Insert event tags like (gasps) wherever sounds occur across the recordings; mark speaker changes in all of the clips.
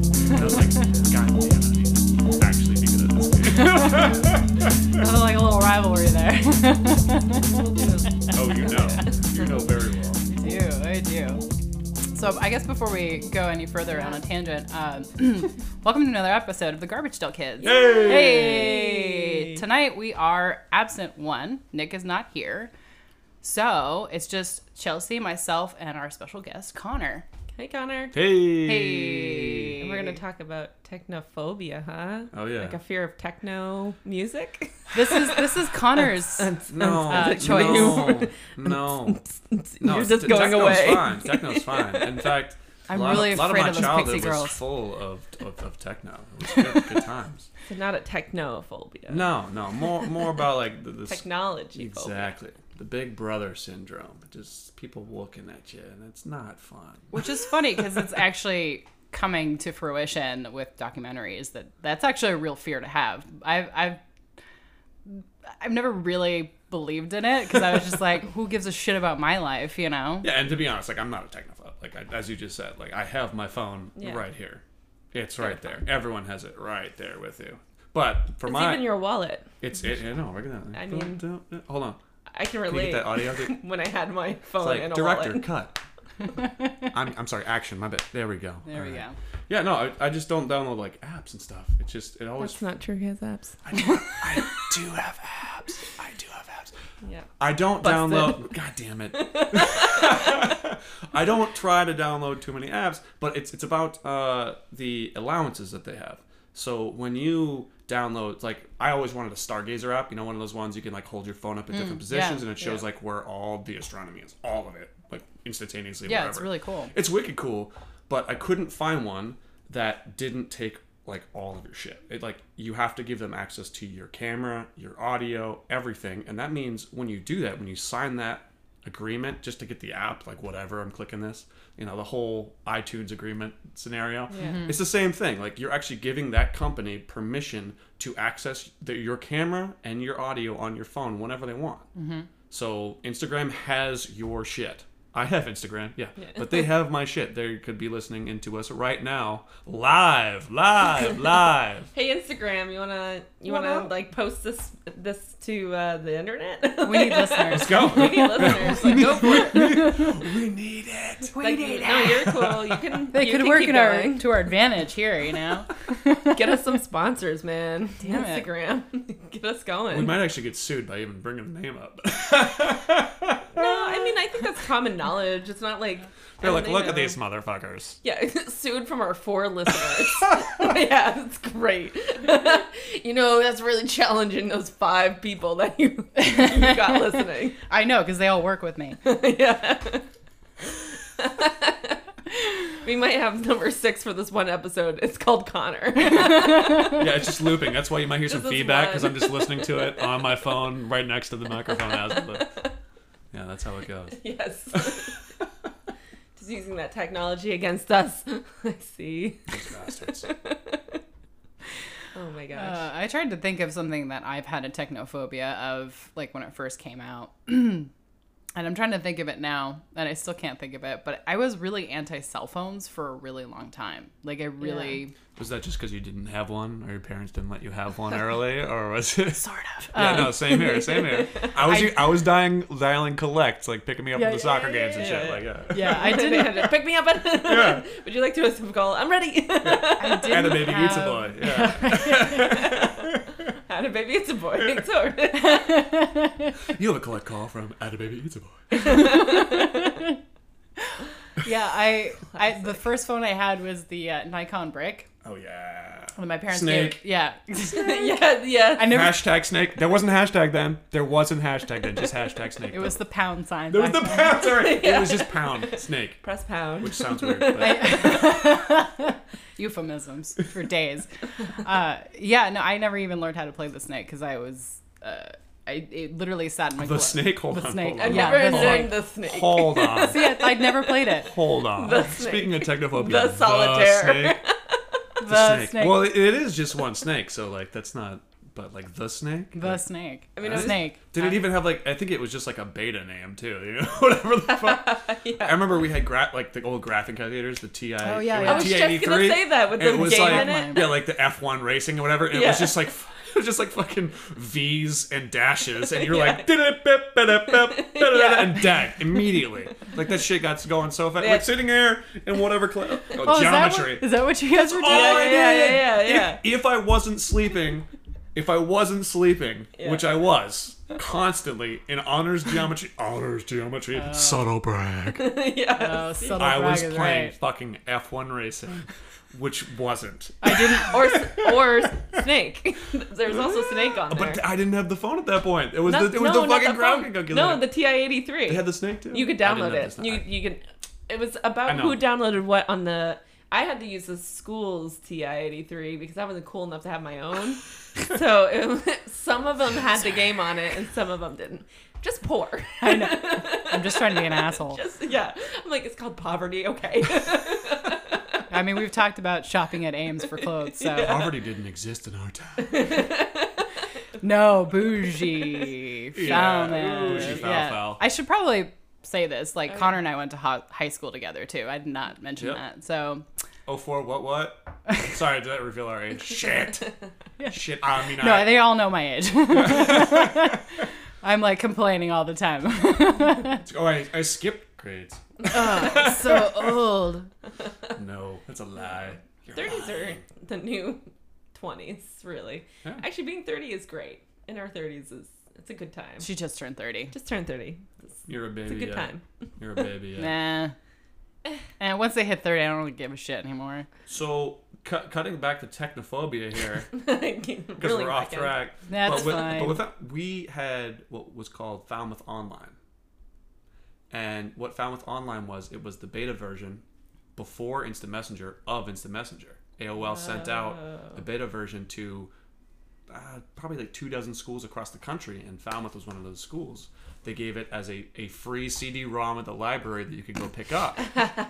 Speaker 1: (laughs) So I guess before we go any further on a tangent, um, welcome to another episode of the Garbage Pail Kids. Hey! Tonight we are absent one. Nick is not here, so it's just Chelsea, myself, and our special guest Connor.
Speaker 2: Hey, Connor.
Speaker 3: Hey.
Speaker 1: Hey,
Speaker 2: And We're going to talk about technophobia, huh?
Speaker 3: Oh, yeah.
Speaker 2: Like a fear of techno music.
Speaker 1: This is this is Connor's.
Speaker 3: (laughs)
Speaker 2: (laughs)
Speaker 3: No,
Speaker 1: uh, choice.
Speaker 3: no, no,
Speaker 1: (laughs)
Speaker 3: no.
Speaker 2: You're just
Speaker 3: t-
Speaker 2: going
Speaker 3: techno's
Speaker 2: away.
Speaker 3: (laughs) Fine. Techno's fine. In fact,
Speaker 1: I'm
Speaker 3: a lot
Speaker 1: really
Speaker 3: of, a lot
Speaker 1: afraid
Speaker 3: of my
Speaker 1: of those
Speaker 3: childhood
Speaker 1: pixie
Speaker 3: was
Speaker 1: girls.
Speaker 3: full of, of, of techno. It was good, good times.
Speaker 2: So not a technophobia.
Speaker 3: No, no, more more about like the, this
Speaker 2: Technology phobia.
Speaker 3: exactly the Big Brother syndrome. Just people looking at you, and it's not fun.
Speaker 1: which is funny because it's actually coming to fruition with documentaries that that's actually a real fear to have i've i've i've never really believed in it because i was just like who gives a shit about my life you know
Speaker 3: Yeah, and to be honest, like I'm not a technophobe. Like I, as you just said, like I have my phone
Speaker 2: Yeah.
Speaker 3: right here. It's right there. Everyone has it right there with you. But for
Speaker 2: It's
Speaker 3: my,
Speaker 2: even your wallet.
Speaker 3: it's it. I know. We're gonna.
Speaker 2: I mean-
Speaker 3: Dun, dun, hold on.
Speaker 2: I can
Speaker 3: Can you
Speaker 2: relate
Speaker 3: get that audio?
Speaker 2: (laughs)
Speaker 3: It's
Speaker 2: when I had my phone
Speaker 3: like
Speaker 2: Oh, in a
Speaker 3: director
Speaker 2: wallet. (laughs)
Speaker 3: cut. I'm, I'm sorry. Action. My bad. There we go.
Speaker 1: there we go
Speaker 3: Yeah. No, I, I just don't download like apps and stuff. Oh, It's just it always.
Speaker 2: That's not true. He has apps.
Speaker 3: I,
Speaker 2: (laughs)
Speaker 3: do, I do have apps. I do have apps.
Speaker 2: Yeah.
Speaker 3: I don't
Speaker 2: Busted.
Speaker 3: download. God damn it. (laughs) I don't try to download too many apps, but it's it's about uh, the allowances that they have. So when you download, like I always wanted a Stargazer app, you know, one of those ones you can like hold your phone up in different positions
Speaker 1: Mm, yeah,
Speaker 3: and it shows
Speaker 1: yeah.
Speaker 3: like where all the astronomy is, all of it, like instantaneously.
Speaker 1: yeah
Speaker 3: wherever.
Speaker 1: it's really cool
Speaker 3: It's wicked cool, but I couldn't find one that didn't take like all of your shit. It like you have to give them access to your camera, your audio, everything, and that means when you do that, when you sign that agreement just to get the app, like whatever, I'm clicking this, you know, the whole iTunes agreement scenario. It's the same thing. Like you're actually giving that company permission to access the, your camera and your audio on your phone whenever they want. So Instagram has your shit. I have Instagram, yeah, but they have my shit. They could be listening into us right now, live, live, live.
Speaker 2: Hey Instagram, you wanna you
Speaker 3: What
Speaker 2: wanna
Speaker 3: up?
Speaker 2: like post this this to uh, the internet? (laughs)
Speaker 1: we need listeners
Speaker 3: Let's go.
Speaker 2: We need listeners. Like, go for it.
Speaker 3: we need it.
Speaker 2: Like, no, you're cool. You can.
Speaker 1: they
Speaker 2: you
Speaker 1: could
Speaker 2: can
Speaker 1: work
Speaker 2: keep
Speaker 1: in our,
Speaker 2: going.
Speaker 1: to our advantage here you know
Speaker 2: Get us some sponsors, man.
Speaker 1: (laughs) Damn it.
Speaker 2: Instagram, (laughs) get us going.
Speaker 3: We might actually get sued by even bringing the name up.
Speaker 2: No, I mean I think that's common knowledge. It's not like
Speaker 3: They're (laughs) like,
Speaker 2: they
Speaker 3: look
Speaker 2: know.
Speaker 3: at these motherfuckers.
Speaker 2: Yeah, (laughs) sued from
Speaker 3: (laughs)
Speaker 2: our four listeners. yeah, it's great. (laughs) you know, that's really challenging those five people that you, you
Speaker 3: (laughs)
Speaker 2: got listening.
Speaker 1: i know because they all work with me
Speaker 2: yeah. (laughs) we might have number six for this one episode. It's called Connor. (laughs)
Speaker 3: Yeah, it's just looping. That's why you might hear some
Speaker 2: This is
Speaker 3: feedback
Speaker 2: one.
Speaker 3: because I'm just listening to it on my phone right next to the microphone. As the... Yeah, that's how it goes.
Speaker 2: yes.
Speaker 3: (laughs)
Speaker 2: Just using that technology against us. (laughs) I see.
Speaker 3: Those bastards.
Speaker 2: Oh my (laughs) gosh.
Speaker 1: Uh, I tried to think of something that I've had a technophobia of, like when it first came out. (clears throat) and I'm trying to think of it now, and I still can't think of it. But I was really anti cell phones for a really long time. Like I really
Speaker 3: Was that just because you didn't have one, or your parents didn't let you have one early, or was it?
Speaker 1: sort of.
Speaker 3: Yeah,
Speaker 1: um,
Speaker 3: no, same here, same here. I was
Speaker 1: I-
Speaker 3: I, was dying dialing collect, like picking me up
Speaker 1: Yeah,
Speaker 3: from the
Speaker 1: yeah,
Speaker 3: soccer
Speaker 1: yeah,
Speaker 3: games and
Speaker 2: yeah,
Speaker 3: shit.
Speaker 2: yeah.
Speaker 3: Like yeah.
Speaker 1: (laughs) yeah, I
Speaker 2: They had
Speaker 1: didn't.
Speaker 2: to pick me up. (laughs)
Speaker 3: Yeah.
Speaker 2: Would you like to receive a call? I'm ready. (laughs)
Speaker 1: (laughs) I
Speaker 3: (laughs)
Speaker 1: didn't
Speaker 3: And a baby pizza
Speaker 1: have-
Speaker 3: boy. Yeah.
Speaker 2: Had a baby, it's a boy. It's (laughs) over.
Speaker 3: you have a collect call from at a baby pizza boy.
Speaker 1: Yeah, I, (laughs) I the first phone I had was the uh, Nikon brick
Speaker 3: Oh yeah.
Speaker 1: that my parents
Speaker 3: Snake.
Speaker 1: gave. Yeah, (laughs)
Speaker 2: (laughs) yeah, yeah.
Speaker 1: I never.
Speaker 3: Hashtag snake. There wasn't hashtag then. There wasn't hashtag then. Just hashtag snake.
Speaker 1: (laughs) It was the pound sign.
Speaker 3: There was
Speaker 1: (laughs)
Speaker 3: the
Speaker 1: back then.
Speaker 3: pound. Sorry, it was just pound snake,
Speaker 2: Press pound.
Speaker 3: which sounds weird. But
Speaker 1: euphemisms for days. Uh, yeah, no, I never even learned how to play the snake because I was, uh, I it literally sat in my
Speaker 3: the
Speaker 1: clo-
Speaker 3: snake. Hold on.
Speaker 1: snake.
Speaker 3: Hold
Speaker 2: I
Speaker 3: on.
Speaker 1: Yeah,
Speaker 2: never
Speaker 1: the snake.
Speaker 2: enjoyed the snake.
Speaker 3: Hold on.
Speaker 1: See, I, I'd never played it.
Speaker 3: Hold on.
Speaker 2: The snake.
Speaker 3: Speaking of technophobia,
Speaker 2: The solitaire.
Speaker 3: snake.
Speaker 1: The,
Speaker 3: the
Speaker 1: snake.
Speaker 3: snake. Well, it is just one snake, so like that's not. But like the snake.
Speaker 1: the snake. I
Speaker 2: mean,
Speaker 1: mean,
Speaker 2: it was-
Speaker 1: snake.
Speaker 3: Did it even have like? I think it was just like a beta name too. You know, (laughs) whatever the fuck. I remember we had gra- like the old graphic calculators, the TI.
Speaker 1: Oh, yeah,
Speaker 3: it
Speaker 1: yeah.
Speaker 3: was
Speaker 2: I was
Speaker 3: T
Speaker 2: just
Speaker 3: eighty
Speaker 2: gonna
Speaker 3: three.
Speaker 2: say that with
Speaker 3: It
Speaker 2: the
Speaker 3: was
Speaker 2: game
Speaker 3: like
Speaker 2: in it.
Speaker 1: it.
Speaker 3: yeah, like (laughs) the F one racing or whatever. and It
Speaker 2: Yeah.
Speaker 3: was just like f- They're just like fucking V's and dashes, and
Speaker 2: (laughs)
Speaker 3: you're like, "Didip, bip, bidip, bip, bidip," and dead immediately. Like that shit got going so fast. Like
Speaker 2: That's-
Speaker 3: sitting there in whatever class. Oh,
Speaker 1: Oh, is that what-
Speaker 3: geometry.
Speaker 1: Is that what you guys were doing?
Speaker 3: all I
Speaker 2: yeah,
Speaker 3: did.
Speaker 2: yeah,
Speaker 3: If-
Speaker 2: yeah.
Speaker 3: If, I wasn't sleeping, if I wasn't sleeping, which I was constantly in honors geometry, honors geometry,
Speaker 2: Oh.
Speaker 3: subtle
Speaker 2: (laughs)
Speaker 3: brag.
Speaker 2: yeah.
Speaker 3: Uh,
Speaker 1: Oh, subtle
Speaker 3: I
Speaker 1: brag
Speaker 3: was
Speaker 1: is
Speaker 3: playing
Speaker 1: right.
Speaker 3: fucking F1 racing, which wasn't.
Speaker 1: I didn't.
Speaker 2: (laughs) Or
Speaker 3: (laughs)
Speaker 2: or snake. (laughs) There's also snake on there.
Speaker 3: But I didn't have the phone at that point. It was
Speaker 2: Not-
Speaker 3: the, it was the
Speaker 2: not
Speaker 3: fucking
Speaker 2: phone.
Speaker 3: ground calculator.
Speaker 2: No, the TI eighty three.
Speaker 3: they had the snake too.
Speaker 2: You could
Speaker 3: I didn't
Speaker 2: download
Speaker 3: have
Speaker 2: it.
Speaker 3: the
Speaker 2: You
Speaker 3: (laughs) snake.
Speaker 2: you can. It was
Speaker 3: I
Speaker 2: about
Speaker 3: know.
Speaker 2: who downloaded what on the. I had to use the school's TI eighty three because I wasn't cool enough to have
Speaker 3: (laughs)
Speaker 2: my own. so (laughs) it, some of them had the game on it and some of them didn't. Just poor. (laughs)
Speaker 1: I know. I'm just trying to be an asshole.
Speaker 2: Just yeah. I'm like it's called poverty.
Speaker 3: (laughs)
Speaker 2: Okay.
Speaker 1: I mean, we've talked about shopping at Ames for clothes, so
Speaker 2: (laughs)
Speaker 3: Poverty didn't exist in our time.
Speaker 1: no bougie
Speaker 3: (laughs) Yeah,
Speaker 1: foul
Speaker 3: bougie foul foul.
Speaker 1: I should probably say this. Like Connor and I went to ho- high school together too. I did not mention
Speaker 3: Yep.
Speaker 1: that. So
Speaker 3: Oh four, what
Speaker 2: (laughs)
Speaker 3: what? Sorry, did that reveal our age? Shit. Shit. I mean,
Speaker 1: no,
Speaker 3: I,
Speaker 1: they all know my age. (laughs) I'm like complaining all the time. (laughs)
Speaker 3: oh, I, I skipped grades.
Speaker 1: so old.
Speaker 3: No, that's a lie. You're
Speaker 2: Thirties
Speaker 3: lying.
Speaker 2: are the new twenties. Really.
Speaker 3: Yeah.
Speaker 2: Actually, being thirty is great. In our thirties is it's a good time.
Speaker 1: She just turned 30.
Speaker 2: Just turned thirty.
Speaker 3: You're a baby.
Speaker 2: It's a good
Speaker 3: yeah.
Speaker 2: time. (laughs)
Speaker 3: You're a baby. Yeah.
Speaker 1: Nah. And once they hit 30, I don't really give a shit anymore.
Speaker 3: so cut cutting back to technophobia here
Speaker 2: (laughs)
Speaker 3: because
Speaker 2: really
Speaker 3: we're off
Speaker 2: fucking-
Speaker 3: track.
Speaker 1: That's
Speaker 3: but with,
Speaker 1: fine.
Speaker 3: But with that, we had what was called Falmouth Online, and what Falmouth Online was, it was the beta version before Instant Messenger of Instant Messenger. AOL sent out a beta version to uh, probably like two dozen schools across the country, and Falmouth was one of those schools. They gave it as a, a free CD-ROM at the library that you could go pick
Speaker 1: (laughs)
Speaker 3: up,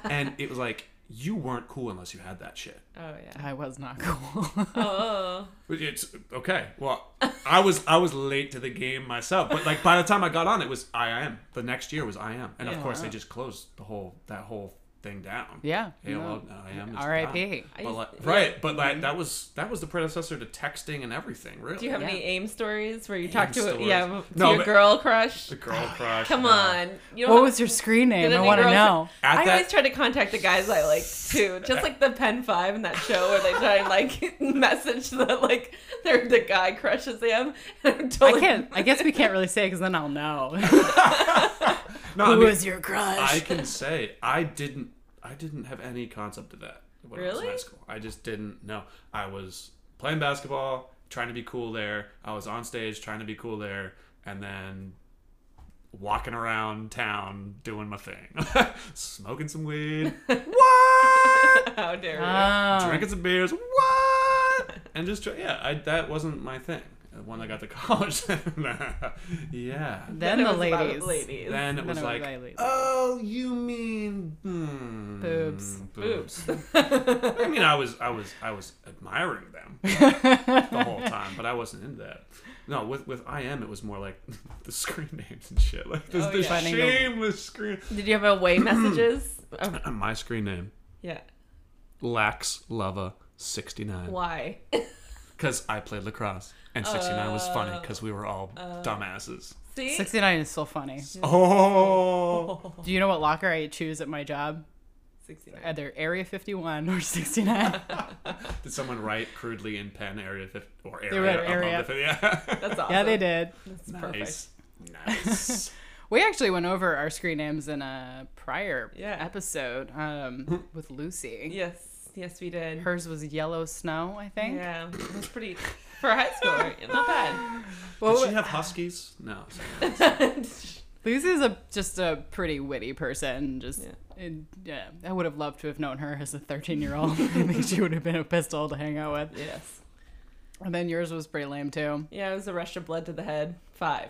Speaker 3: and it was like you weren't cool unless you had that shit.
Speaker 2: Oh yeah.
Speaker 1: I was not cool. (laughs)
Speaker 2: Oh.
Speaker 3: It's okay. Well, I was I was late to the game myself, but like by the time I got on, it was I am. The next year was I am, and of
Speaker 1: Yeah.
Speaker 3: course they just closed the whole that whole thing down.
Speaker 1: yeah.
Speaker 3: AOL, I am. is
Speaker 1: R.I.P.
Speaker 3: gone.
Speaker 2: I
Speaker 3: But
Speaker 2: used-
Speaker 3: like,
Speaker 2: yeah.
Speaker 3: right, but like that was that was the predecessor to texting and everything. Really,
Speaker 2: Mm-hmm. Do you have
Speaker 1: Yeah.
Speaker 2: any AIM stories where you talk to a,
Speaker 3: stories.
Speaker 2: yeah to
Speaker 3: No,
Speaker 2: your
Speaker 3: but-
Speaker 2: girl crush?
Speaker 3: the girl crush?
Speaker 2: Come
Speaker 3: no.
Speaker 2: on, you don't
Speaker 1: What
Speaker 2: have- (laughs)
Speaker 1: was your screen
Speaker 2: did
Speaker 1: name? I
Speaker 2: any
Speaker 1: want to
Speaker 2: girls- (laughs)
Speaker 1: know.
Speaker 3: At
Speaker 2: I
Speaker 3: that-
Speaker 2: always try to contact the guys I
Speaker 3: (laughs)
Speaker 2: like too, just like the Pen Five in that show where they try and like (laughs) message the like their the guy crushes them. (laughs)
Speaker 1: I can't. I guess we can't really say because then I'll know. (laughs)
Speaker 3: No, I
Speaker 1: Who
Speaker 3: mean,
Speaker 1: was your crush?
Speaker 3: I can say I didn't. I didn't have any concept of that when I was in high
Speaker 2: Really?
Speaker 3: school. I just didn't know. I was playing basketball, trying to be cool there. I was on stage trying to be cool there, and then walking around town doing my thing, (laughs) smoking some weed,
Speaker 2: (laughs)
Speaker 3: what?
Speaker 2: (laughs) How dare you?
Speaker 1: Oh.
Speaker 3: Drinking some beers, what? And just try, yeah, I, that wasn't my thing. When I got to (laughs) college, yeah.
Speaker 1: then
Speaker 2: it
Speaker 1: the
Speaker 2: was about
Speaker 1: ladies.
Speaker 2: ladies.
Speaker 3: Then it
Speaker 1: Then
Speaker 3: was
Speaker 1: it was
Speaker 3: like,
Speaker 1: Riley.
Speaker 3: oh, you mean hmm,
Speaker 1: Boobs.
Speaker 3: boobs. I mean, I was, I was, I was admiring them the whole time, but I wasn't into that. No, with with I am, it was more like (laughs) the screen names and shit, like this,
Speaker 2: Oh,
Speaker 3: this
Speaker 2: yeah.
Speaker 1: Finding the-
Speaker 3: shameless screen.
Speaker 2: Did you
Speaker 3: (clears throat)
Speaker 2: have away messages? Oh,
Speaker 3: My screen name,
Speaker 2: yeah.
Speaker 3: Lax Lava. 69
Speaker 2: Why? (laughs)
Speaker 3: because I played lacrosse and 69 was funny because we were all dumbasses.
Speaker 2: See, (laughs)
Speaker 1: 69 is so funny.
Speaker 3: Oh,
Speaker 1: Do you know what locker I choose at my job?
Speaker 2: 69.
Speaker 1: Either Area 51 or
Speaker 2: (laughs)
Speaker 1: 69.
Speaker 3: did someone write crudely in pen area 50 or area?
Speaker 1: wrote
Speaker 3: above
Speaker 1: area.
Speaker 3: the 50? Yeah.
Speaker 2: That's awesome.
Speaker 1: yeah, they did.
Speaker 2: That's (laughs) perfect.
Speaker 3: (laughs) Nice.
Speaker 1: We actually went over our screen names in a prior
Speaker 2: Yeah.
Speaker 1: episode um,
Speaker 2: (laughs)
Speaker 1: with Lucy.
Speaker 2: Yes, yes, we did.
Speaker 1: Hers was Yellow Snow, I think.
Speaker 2: Yeah, it was pretty for high school. right? Not bad.
Speaker 1: Well,
Speaker 3: Did she have huskies? No.
Speaker 1: Lucy's a just a pretty witty person. Just
Speaker 2: Yeah.
Speaker 1: and, yeah, I would have loved to have known her as a 13 year old. (laughs) I think she would have been a pistol to hang out with.
Speaker 2: yes.
Speaker 1: And then yours was pretty lame too.
Speaker 2: Yeah, it was a rush of blood to the head. Five.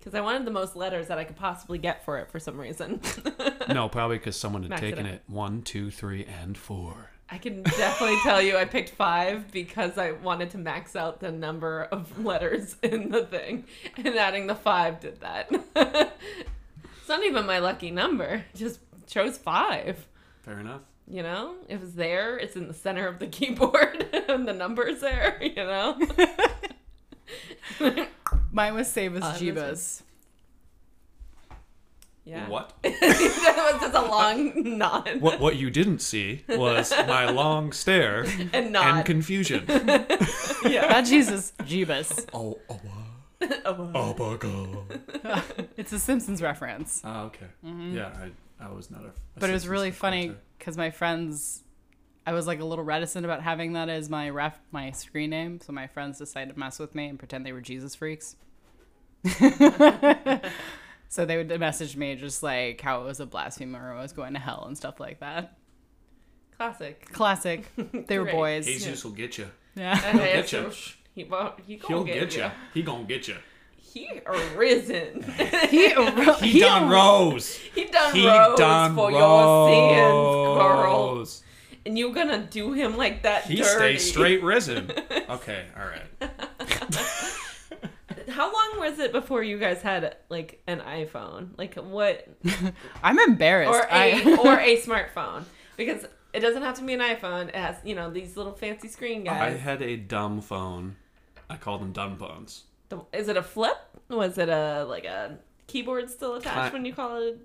Speaker 2: Because I wanted the most letters that I could possibly get for it for some reason.
Speaker 3: (laughs)
Speaker 2: (laughs)
Speaker 3: No, probably because someone had
Speaker 2: Max it
Speaker 3: taken
Speaker 2: up.
Speaker 3: it one, two, three, and four.
Speaker 2: I can definitely tell you I picked five because I wanted to max out the number of (laughs) letters in the thing. And adding the five did that. (laughs) it's not even my lucky number. Just chose five.
Speaker 3: Fair enough.
Speaker 2: You know? It was (laughs) there, it's in the center of the keyboard, and the number's there, you know?
Speaker 1: Mine was save as
Speaker 2: Uh,
Speaker 1: (laughs)
Speaker 2: that's
Speaker 1: Jeebus.
Speaker 2: Yeah.
Speaker 3: What?
Speaker 2: that was just a long nod.
Speaker 3: (laughs) what? What you didn't see was
Speaker 2: (laughs)
Speaker 3: my long stare
Speaker 2: And
Speaker 3: and
Speaker 2: nod. (laughs)
Speaker 3: confusion.
Speaker 2: yeah.
Speaker 1: Not Jesus, Jeebus.
Speaker 3: oh, oh,
Speaker 2: (laughs) Oh,
Speaker 3: oh, oh, oh.
Speaker 1: It's a Simpsons reference. Mm-hmm.
Speaker 3: Ah, okay. Yeah, I, I was not a. a
Speaker 1: But it was
Speaker 3: Simpsons
Speaker 1: really
Speaker 3: fan
Speaker 1: funny
Speaker 3: too.
Speaker 1: because my friends, I was like a little reticent about having that as my ref, my screen name. So my friends decided to mess with me and pretend they were Jesus freaks. (laughs) so they would message me just like how it was a blasphemer, or I was going to hell and stuff like that.
Speaker 2: classic.
Speaker 1: Classic. They were
Speaker 2: Great.
Speaker 1: boys.
Speaker 3: Jesus will get you.
Speaker 1: Yeah.
Speaker 2: He'll
Speaker 3: get ya.
Speaker 2: He won't. He gonna
Speaker 3: He'll
Speaker 2: get,
Speaker 3: get you.
Speaker 2: ya.
Speaker 3: He gonna get you.
Speaker 2: He (laughs) arisen.
Speaker 1: he arose.
Speaker 3: He, done rose.
Speaker 2: he done
Speaker 3: He
Speaker 2: rose
Speaker 3: done
Speaker 2: for your sins, girl.
Speaker 3: rose.
Speaker 2: And you gonna do him like that
Speaker 3: He
Speaker 2: dirty.
Speaker 3: stays straight risen. Okay, all right.
Speaker 2: (laughs) How long was it before you guys had like an iPhone? Like what?
Speaker 1: I'm embarrassed.
Speaker 2: Or
Speaker 1: I- (laughs)
Speaker 2: a (laughs) or a smartphone? Because it doesn't have to be an iPhone. It has you know these little fancy screen
Speaker 3: I
Speaker 2: guys.
Speaker 3: had a dumb phone. I called them dumb phones.
Speaker 2: The- Is it a flip? Was it a like a keyboard still attached
Speaker 3: Ki-
Speaker 2: when you call it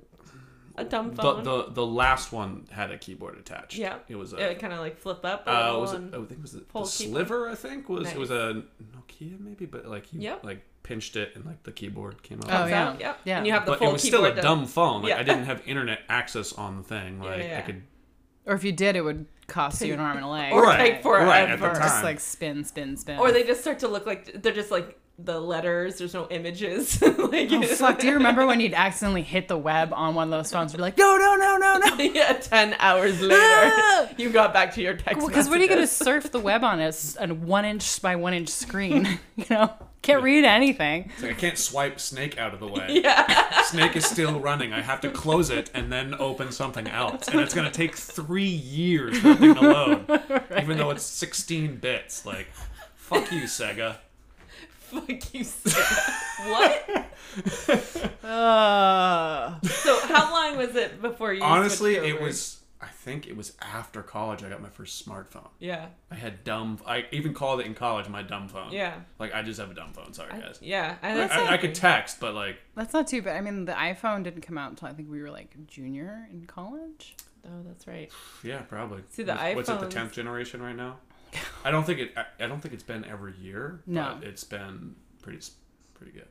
Speaker 2: a dumb
Speaker 3: The,
Speaker 2: phone?
Speaker 3: the the last one had a keyboard attached.
Speaker 2: Yeah.
Speaker 3: it was
Speaker 2: it
Speaker 3: a.
Speaker 2: would kind of like flip up. A
Speaker 3: Uh,
Speaker 2: little
Speaker 3: was it,
Speaker 2: and-
Speaker 3: I think it was the, the
Speaker 2: pull keyboard.
Speaker 3: sliver. I think was it was
Speaker 2: Nice.
Speaker 3: a Nokia maybe, but like you
Speaker 2: Yep.
Speaker 3: like pinched it and like the keyboard came out.
Speaker 1: Oh,
Speaker 2: comes
Speaker 1: yeah.
Speaker 2: out, Yep.
Speaker 1: Yeah.
Speaker 2: And you have the
Speaker 3: but
Speaker 2: full
Speaker 3: it was still
Speaker 2: keyboard.
Speaker 3: a dumb phone. Like
Speaker 2: Yeah.
Speaker 3: I didn't have internet access on the thing.
Speaker 2: Yeah,
Speaker 3: Like
Speaker 2: yeah, yeah.
Speaker 3: I could.
Speaker 1: or if you did, it would cost you an arm and a leg.
Speaker 2: Or
Speaker 3: right,
Speaker 2: take
Speaker 3: right, at the
Speaker 2: forever.
Speaker 3: time.
Speaker 1: Just like spin, spin, spin.
Speaker 2: Or they just start to look like they're just like the letters. There's no images. (laughs)
Speaker 1: (laughs)
Speaker 2: like,
Speaker 1: Oh, fuck.
Speaker 2: (laughs)
Speaker 1: Do you remember when you'd accidentally hit the web on one of those phones and be like, no, no, no, no, no?
Speaker 2: yeah, ten
Speaker 1: (laughs)
Speaker 2: hours later, (laughs)
Speaker 1: Ah!
Speaker 2: you got back to your text.
Speaker 1: Because what are you going to (laughs)
Speaker 2: messages.
Speaker 1: surf the web on? It's a one inch by one inch screen. (laughs) you know, can't read
Speaker 2: (laughs)
Speaker 1: anything.
Speaker 3: It's like I can't swipe snake out of the way.
Speaker 2: Yeah,
Speaker 3: Snake is still running. I have to close it and then open something else, and it's gonna take three years for that thing to
Speaker 2: (laughs)
Speaker 3: load, even though it's 16 bits. Like, fuck you, Sega.
Speaker 2: (laughs) fuck you. Sarah. what?
Speaker 1: Uh,
Speaker 2: So how long was it before you?
Speaker 3: Honestly,
Speaker 2: switched
Speaker 3: it
Speaker 2: over?
Speaker 3: was. I think it was after college I got my first smartphone.
Speaker 2: Yeah,
Speaker 3: I had dumb. I even called it in college my dumb phone.
Speaker 2: yeah,
Speaker 3: Like Oh, I just have a dumb phone. Sorry guys.
Speaker 2: yeah. I,
Speaker 3: I, I, could text, but like
Speaker 1: that's not too bad. I mean, the iPhone didn't come out until I think we were like junior in college.
Speaker 2: oh,
Speaker 1: (laughs)
Speaker 2: that's right.
Speaker 3: yeah, probably.
Speaker 2: See, the
Speaker 3: What's- What's it? The
Speaker 2: iPhones-
Speaker 3: tenth generation right now. I don't think it. I, I don't think it's been every year.
Speaker 1: No.
Speaker 3: but it's been pretty s- pretty good.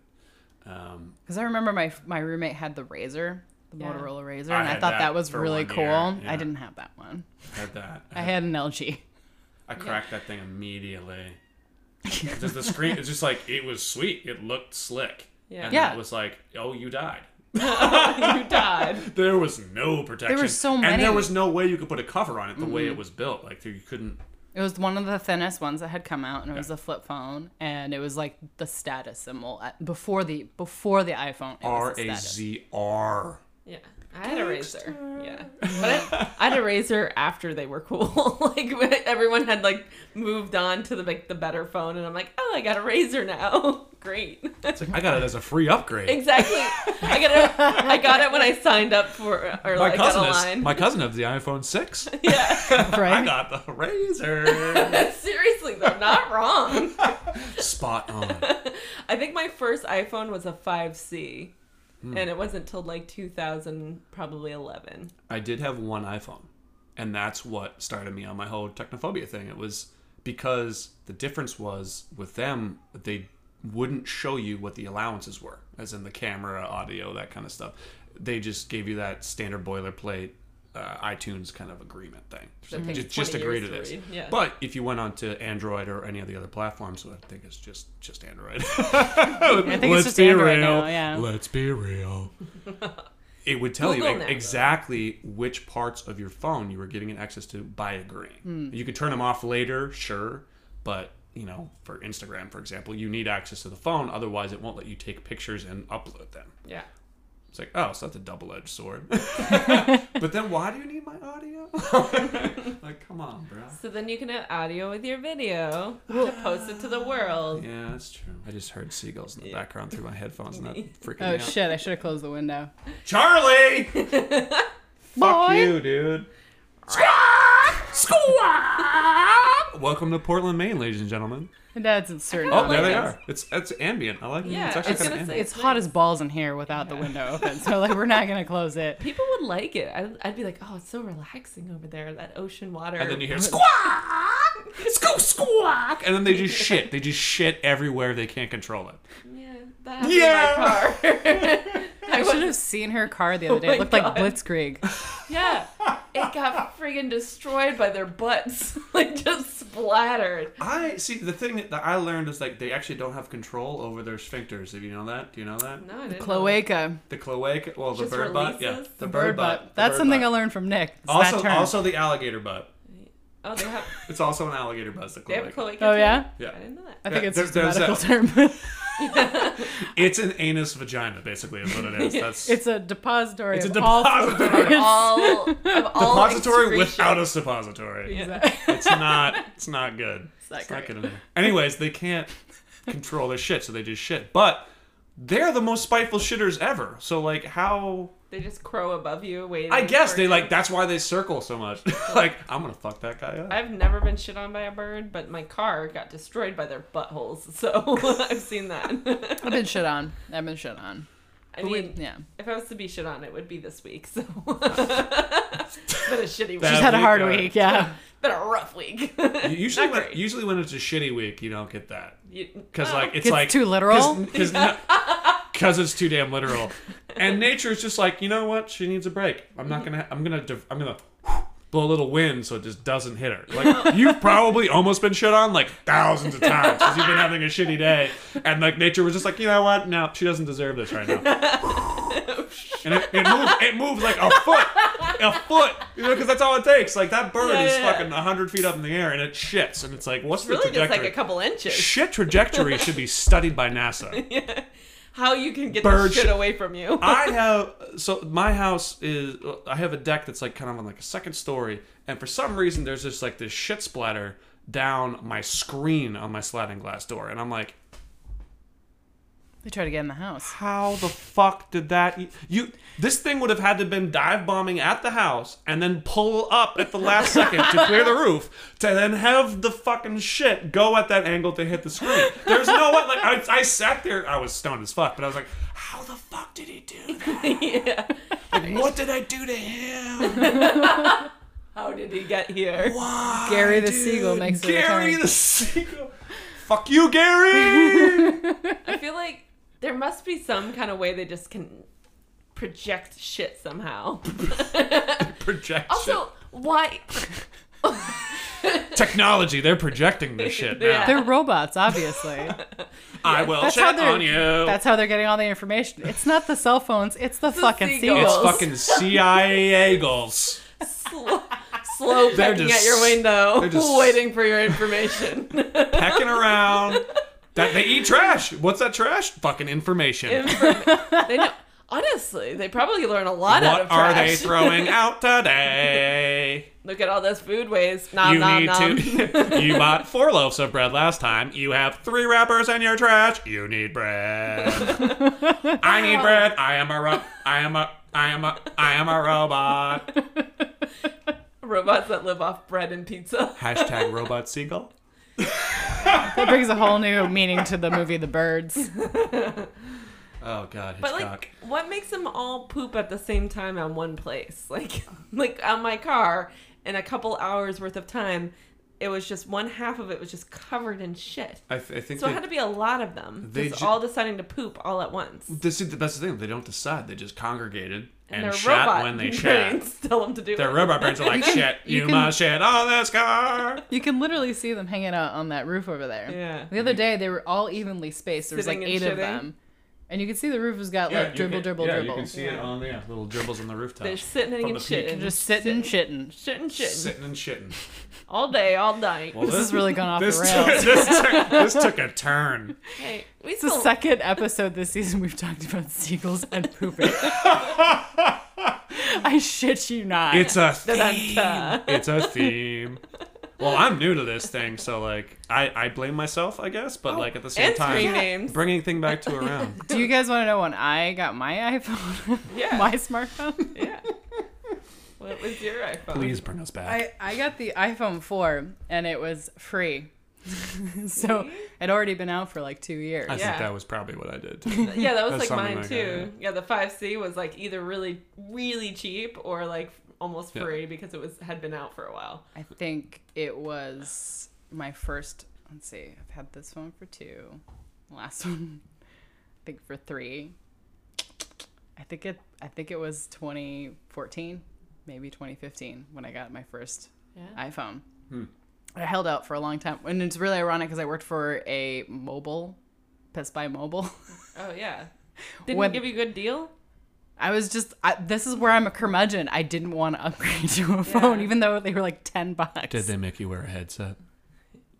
Speaker 3: Um,
Speaker 1: Because I remember my my roommate had the Razor, the
Speaker 2: Yeah.
Speaker 1: Motorola Razor,
Speaker 3: I
Speaker 1: and I,
Speaker 3: had
Speaker 1: thought
Speaker 3: that
Speaker 1: that, was
Speaker 3: for
Speaker 1: really
Speaker 3: one
Speaker 1: cool.
Speaker 3: year, yeah.
Speaker 1: I didn't have that one.
Speaker 3: had that.
Speaker 1: I had an LG.
Speaker 3: I cracked that thing immediately. Just the screen. It's just like it was sweet. It looked slick.
Speaker 2: Yeah.
Speaker 3: And
Speaker 1: Yeah.
Speaker 3: It was like, oh, you died.
Speaker 2: you died.
Speaker 3: There was no protection.
Speaker 1: so
Speaker 3: And
Speaker 1: many.
Speaker 3: there was no way you could put a cover on it the way it was built. Like you couldn't.
Speaker 1: It was one of the thinnest ones that had come out, and it was a flip phone, and it was like the status symbol at, before the before the iPhone. It
Speaker 3: R
Speaker 1: was the
Speaker 3: A
Speaker 1: status.
Speaker 3: Z R.
Speaker 2: Yeah, I had a razor. Yeah, but I, I had a razor after they were cool. (laughs) like everyone had like moved on to the like the better phone, and I'm like, oh, I got a razor now. (laughs) Great.
Speaker 3: It's like I got it as a free
Speaker 2: (laughs)
Speaker 3: upgrade.
Speaker 2: exactly. I got it. I got it when I signed up for
Speaker 3: My
Speaker 2: or like got a
Speaker 3: cousin
Speaker 2: line.
Speaker 3: is, my cousin has the iPhone six.
Speaker 2: (laughs) yeah.
Speaker 3: (laughs)
Speaker 2: (laughs)
Speaker 3: I
Speaker 1: Right?
Speaker 3: got the razor.
Speaker 2: Seriously though, not wrong.
Speaker 3: Spot on.
Speaker 2: I think my first iPhone was a 5C,
Speaker 3: Hmm.
Speaker 2: and it wasn't till like 2000, probably 11.
Speaker 3: I did have one iPhone, and that's what started me on my whole technophobia thing. It was because the difference was with them, they wouldn't show you what the allowances were, as in the camera, audio, that kind of stuff. They just gave you that standard boilerplate uh, iTunes kind of agreement thing. Just, like,
Speaker 2: takes
Speaker 3: just, just
Speaker 2: 20
Speaker 3: agree to
Speaker 2: years to
Speaker 3: this.
Speaker 2: read, yeah.
Speaker 3: But if you went on to Android or any of the other platforms, so I think it's just just Android. I
Speaker 1: think it's just Android now, yeah.
Speaker 3: Let's be real it would tell
Speaker 2: Google
Speaker 3: you
Speaker 2: now,
Speaker 3: e-
Speaker 2: though.
Speaker 3: exactly which parts of your phone you were getting access to by agreeing.
Speaker 1: Hmm.
Speaker 3: You could turn them off later, sure, but you know, for Instagram, for example, you need access to the phone, otherwise it won't let you take pictures and upload them.
Speaker 2: Yeah.
Speaker 3: It's like, oh, so that's a double-edged sword. (laughs) but then why do you need my audio? (laughs) like, come on, bro.
Speaker 2: So then you can have audio with your video to post it to the world.
Speaker 3: Yeah, that's true. I just heard seagulls in the background through my headphones,
Speaker 1: (laughs)
Speaker 3: and that freaking
Speaker 1: Oh
Speaker 3: me out.
Speaker 1: shit! I should have closed the window.
Speaker 3: Charlie, fuck
Speaker 1: Boy!
Speaker 3: you, dude. Squawk! Welcome to Portland, Maine, ladies and gentlemen.
Speaker 1: That's a certain.
Speaker 3: Oh, there
Speaker 2: like
Speaker 3: they
Speaker 2: it.
Speaker 3: are. It's it's ambient. I like it.
Speaker 2: Yeah,
Speaker 3: it's actually
Speaker 2: I was
Speaker 3: kind of
Speaker 2: gonna
Speaker 3: ambient.
Speaker 2: say-
Speaker 1: It's hot as balls in here without the window open, so like we're not gonna
Speaker 3: (laughs)
Speaker 1: close it.
Speaker 2: People would like it. I'd, I'd be like, oh, it's so relaxing over there, that ocean water.
Speaker 3: And then you hear squawk, squawk, squawk, and then they just shit. They just shit everywhere. They can't control it.
Speaker 2: yeah, that happened
Speaker 3: (laughs)
Speaker 2: yeah. in my car. (laughs) I
Speaker 1: I should
Speaker 2: was,
Speaker 1: have seen her car
Speaker 3: Oh
Speaker 1: the other day.
Speaker 2: my
Speaker 1: It looked
Speaker 2: God.
Speaker 3: (laughs)
Speaker 1: like Blitzkrieg.
Speaker 2: yeah, it got friggin' destroyed by their butts, (laughs) like just splattered.
Speaker 3: I see. The thing that I learned is like they actually don't have control over their sphincters. If you know that, do you know that?
Speaker 2: No, I didn't.
Speaker 1: Cloaca.
Speaker 3: The cloaca, well, the
Speaker 2: Mm-hmm. Just
Speaker 3: bird butt, yeah,
Speaker 2: releases?
Speaker 3: the bird butt. the
Speaker 1: That's
Speaker 3: bird
Speaker 1: something I
Speaker 3: butt.
Speaker 1: learned from Nick. It's that
Speaker 3: Also,
Speaker 1: term.
Speaker 3: also the alligator butt.
Speaker 2: Oh, they have
Speaker 3: It's also an alligator butt. The
Speaker 2: they have
Speaker 3: cloaca.
Speaker 2: cloaca.
Speaker 1: Oh,
Speaker 2: too?
Speaker 1: yeah?
Speaker 3: Yeah.
Speaker 2: I didn't know
Speaker 1: I
Speaker 2: that.
Speaker 1: think
Speaker 3: Yeah,
Speaker 1: it's just a
Speaker 3: there- there's
Speaker 1: medical
Speaker 3: (laughs)
Speaker 1: term.
Speaker 3: It's an anus vagina, basically, is what it is. That's
Speaker 1: it's a depository.
Speaker 3: It's a
Speaker 1: (laughs) of
Speaker 3: (laughs)
Speaker 1: all
Speaker 3: depository.
Speaker 1: fluids.
Speaker 2: All of (laughs)
Speaker 1: (laughs)
Speaker 2: all
Speaker 3: depository
Speaker 2: excretion.
Speaker 3: without a suppository.
Speaker 1: Exactly.
Speaker 3: It's not. It's not good. It's
Speaker 1: not
Speaker 3: not
Speaker 1: great.
Speaker 3: good enough. Anyways, they can't control their shit, so they just shit. But they're the most spiteful shitters ever. So like, how?
Speaker 2: (laughs) They just crow above you, waiting.
Speaker 3: I guess
Speaker 2: for
Speaker 3: they
Speaker 2: you.
Speaker 3: like. That's why they circle so much. (laughs) like, I'm gonna fuck that guy up.
Speaker 2: I've never been shit on by a bird, but my car got destroyed by their buttholes, (laughs) so I've seen that. (laughs)
Speaker 1: I've been shit on. I've been shit on.
Speaker 2: I
Speaker 1: But we-
Speaker 2: mean,
Speaker 1: yeah.
Speaker 2: if I was to be shit on, it would be this week. (laughs) So, it's been a
Speaker 3: That-
Speaker 2: shitty
Speaker 1: She's
Speaker 2: week.
Speaker 1: had a hard
Speaker 3: week, uh,
Speaker 1: week. Yeah.
Speaker 2: been a rough week.
Speaker 3: Usually,
Speaker 2: (laughs) Not
Speaker 3: when,
Speaker 2: great.
Speaker 3: usually when it's a shitty week, you don't get that.
Speaker 2: You-
Speaker 3: Because like it's
Speaker 1: Gets
Speaker 3: like
Speaker 1: too literal?
Speaker 3: Because it's too damn literal, and nature is just like you know what she needs a break. I'm not gonna I'm gonna div- I'm gonna blow a little wind so it just doesn't hit her. Like
Speaker 2: (laughs)
Speaker 3: you've probably almost been shit on like thousands of times because you've been having a shitty day, and like nature was just like you know what no she doesn't deserve this right now. And it, it moves. It moves like a foot, a foot. You know, because that's all it takes. Like that bird
Speaker 2: Yeah,
Speaker 3: is
Speaker 2: yeah, yeah.
Speaker 3: fucking hundred feet up in the air, and it shits, and it's like, what's the
Speaker 2: really just
Speaker 3: trajectory?
Speaker 2: like a couple inches.
Speaker 3: shit trajectory should be studied by NASA.
Speaker 2: How you can get
Speaker 3: Bird
Speaker 2: the
Speaker 3: shit.
Speaker 2: shit away from you?
Speaker 3: I have so my house is I have a deck that's like kind of on like a second story, and for some reason there's just like this shit splatter down my screen on my sliding glass door, and I'm like,
Speaker 1: They try to get in the house.
Speaker 3: how the fuck did that? e- You this thing would have had to been dive bombing at the house and then pull up at the last second to clear the roof to then have the fucking shit go at that angle to hit the screen. There's no way. Like I, I sat there, I was stoned as fuck, but I was like, how the fuck did he do that?
Speaker 2: (laughs)
Speaker 1: (laughs)
Speaker 2: yeah.
Speaker 3: What did I do to him?
Speaker 2: How did he get here?
Speaker 3: Why,
Speaker 1: Gary the Seagull makes a
Speaker 3: Gary
Speaker 1: return.
Speaker 3: the Seagull. Fuck you, Gary.
Speaker 1: (laughs)
Speaker 2: I feel like there must be some kind of way they just can project (laughs) shit somehow.
Speaker 3: Projection.
Speaker 2: also, why?
Speaker 3: Technology. They're projecting this shit now. (laughs)
Speaker 2: Yeah.
Speaker 1: They're robots, obviously.
Speaker 3: I will
Speaker 1: That's how
Speaker 3: check
Speaker 1: they're-
Speaker 3: on you.
Speaker 1: That's how they're getting all the information. It's not the cell phones. It's the fucking
Speaker 2: seagulls.
Speaker 1: seagulls.
Speaker 3: it's fucking CIA eagles.
Speaker 2: slow, slow
Speaker 3: They're
Speaker 2: pecking
Speaker 3: just-
Speaker 2: at your window,
Speaker 3: they're just-
Speaker 2: waiting for your information. (laughs)
Speaker 3: Pecking around. That they eat trash. What's that trash? Fucking information.
Speaker 2: Informa- they know. Honestly, they probably learn a lot out of
Speaker 3: what are they
Speaker 2: trash. (laughs)
Speaker 3: throwing out today?
Speaker 2: Look at all those food waste. Nom
Speaker 3: you
Speaker 2: nom
Speaker 3: need
Speaker 2: nom.
Speaker 3: (laughs) to. you bought four loaves of bread last time. You have three wrappers in your trash. You need
Speaker 2: (laughs)
Speaker 3: bread. I need bread. I am a ro- I am a. I am a. I am a robot.
Speaker 2: (laughs) Robots that live off bread and pizza.
Speaker 3: Hashtag robot seagull.
Speaker 1: That brings a whole new meaning to the movie
Speaker 3: (laughs)
Speaker 1: The Birds.
Speaker 3: Oh God, Hitchcock.
Speaker 2: But like, what makes them all poop at the same time on one place? (laughs) Like, like on my car, in a couple hours worth of time, it was just one half of it was just covered in shit.
Speaker 3: I, th- I think
Speaker 2: So it
Speaker 3: they,
Speaker 2: had to be a lot of them,
Speaker 3: they
Speaker 2: just
Speaker 3: ju-
Speaker 2: all deciding to poop all at once.
Speaker 3: this is the best thing. They don't decide. They just congregated and,
Speaker 2: their
Speaker 3: shat when
Speaker 1: (laughs)
Speaker 3: they shat.
Speaker 2: brains (laughs) tell them to do
Speaker 3: Their
Speaker 2: it.
Speaker 3: robot brains are like,
Speaker 1: can-
Speaker 3: shit, you,
Speaker 1: (laughs) you can-
Speaker 3: must shit on this (laughs) car.
Speaker 1: You can literally see them hanging out on that roof over there.
Speaker 2: Yeah.
Speaker 1: The other day, they were all evenly spaced. There was like
Speaker 2: Sitting and
Speaker 1: eight of
Speaker 2: shitting?
Speaker 1: them. And you can see the roof has got like dribble, dribble, dribble.
Speaker 3: it on the little dribbles on the rooftop.
Speaker 2: They're sitting
Speaker 3: From
Speaker 2: and
Speaker 3: the peak.
Speaker 2: shitting.
Speaker 1: Just sitting, shitting.
Speaker 2: shitting, shitting.
Speaker 3: Sitting and shitting.
Speaker 2: All day, all night.
Speaker 3: Well,
Speaker 1: This has really gone off
Speaker 3: This,
Speaker 1: the rails. (laughs)
Speaker 3: this, took, this took a turn.
Speaker 2: hey, we
Speaker 1: It's the
Speaker 2: still
Speaker 1: second episode this season we've talked about seagulls and (laughs) pooping. I shit you not.
Speaker 3: It's a
Speaker 2: Da-da-da.
Speaker 3: theme. (laughs) It's a theme. Well, I'm new to this thing, so like I, I blame myself, I guess,
Speaker 1: Oh,
Speaker 3: but like at the same
Speaker 2: and three
Speaker 3: time,
Speaker 2: names.
Speaker 3: bringing thing back to around.
Speaker 1: Do you guys want to know when I got my iPhone? (laughs)
Speaker 2: Yeah. (laughs)
Speaker 1: my smartphone?
Speaker 2: Yeah. What was your iPhone?
Speaker 3: Please bring us back.
Speaker 1: I, I got the iPhone 4 and it was free. (laughs) so it already been out for like two years.
Speaker 3: I think
Speaker 2: Yeah.
Speaker 3: that was probably what I did. too.
Speaker 2: Yeah, that was
Speaker 3: That's
Speaker 2: like
Speaker 3: something
Speaker 2: mine
Speaker 3: like that,
Speaker 2: too. yeah. the five C was like either really, really cheap or like almost
Speaker 3: Yeah.
Speaker 2: free because it was had been out for a while.
Speaker 1: I think it was my first. Let's see. I've had this one for two. Last (laughs) one, I think for three. I think it. I think it was 2014, maybe 2015 when I got my first
Speaker 2: Yeah.
Speaker 1: iPhone.
Speaker 3: Hmm.
Speaker 1: I held out for a long time, and it's really ironic because I worked for a mobile, Best Buy Mobile. (laughs)
Speaker 2: Oh yeah. Didn't
Speaker 1: When-
Speaker 2: it give you a good deal?
Speaker 1: I was just. I, this is where I'm a curmudgeon. I didn't want to upgrade (laughs) to a phone, even though they were like ten bucks.
Speaker 3: Did they make you wear a headset?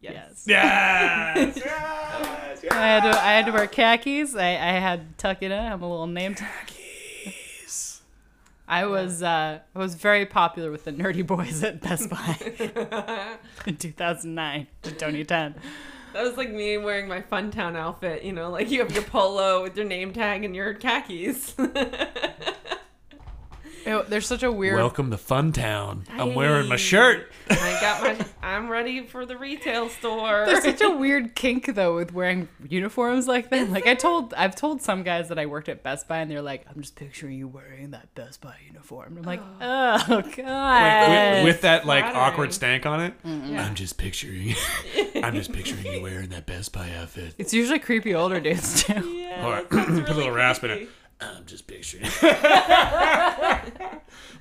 Speaker 1: Yes.
Speaker 2: (laughs)
Speaker 3: Yes! yes!
Speaker 1: I had to, I had to wear khakis. I, I had to tuck it in. I'm a little name tag.
Speaker 3: yes.
Speaker 1: I was uh, I was very popular with the nerdy boys at Best Buy
Speaker 3: (laughs)
Speaker 2: that
Speaker 1: in 2009 to 2010.
Speaker 2: was like me wearing my Funtown outfit. You know, like you have your polo with your name tag and your khakis. (laughs)
Speaker 1: It, there's such a weird.
Speaker 3: Welcome to Fun Town. I'm
Speaker 2: Hey.
Speaker 3: wearing my shirt.
Speaker 2: I got my. I'm ready for the retail store.
Speaker 1: There's such a weird kink though with wearing uniforms like that. Like I told, I've told some guys that I worked at Best Buy, and they're like, "I'm just picturing you wearing that Best Buy uniform."
Speaker 3: (gasps)
Speaker 1: I'm like, "Oh
Speaker 3: Like,
Speaker 1: god."
Speaker 3: with, with that like
Speaker 2: flattering.
Speaker 3: awkward stank on it.
Speaker 2: Yeah.
Speaker 3: I'm just picturing.
Speaker 2: (laughs)
Speaker 3: I'm just picturing you wearing that Best Buy outfit.
Speaker 1: it's usually creepy older dudes too.
Speaker 2: Yeah,
Speaker 3: All (clears throat) right,
Speaker 2: that sounds
Speaker 3: put a little
Speaker 2: really
Speaker 3: rasp in it.
Speaker 2: creepy.
Speaker 3: I'm just picturing. (laughs)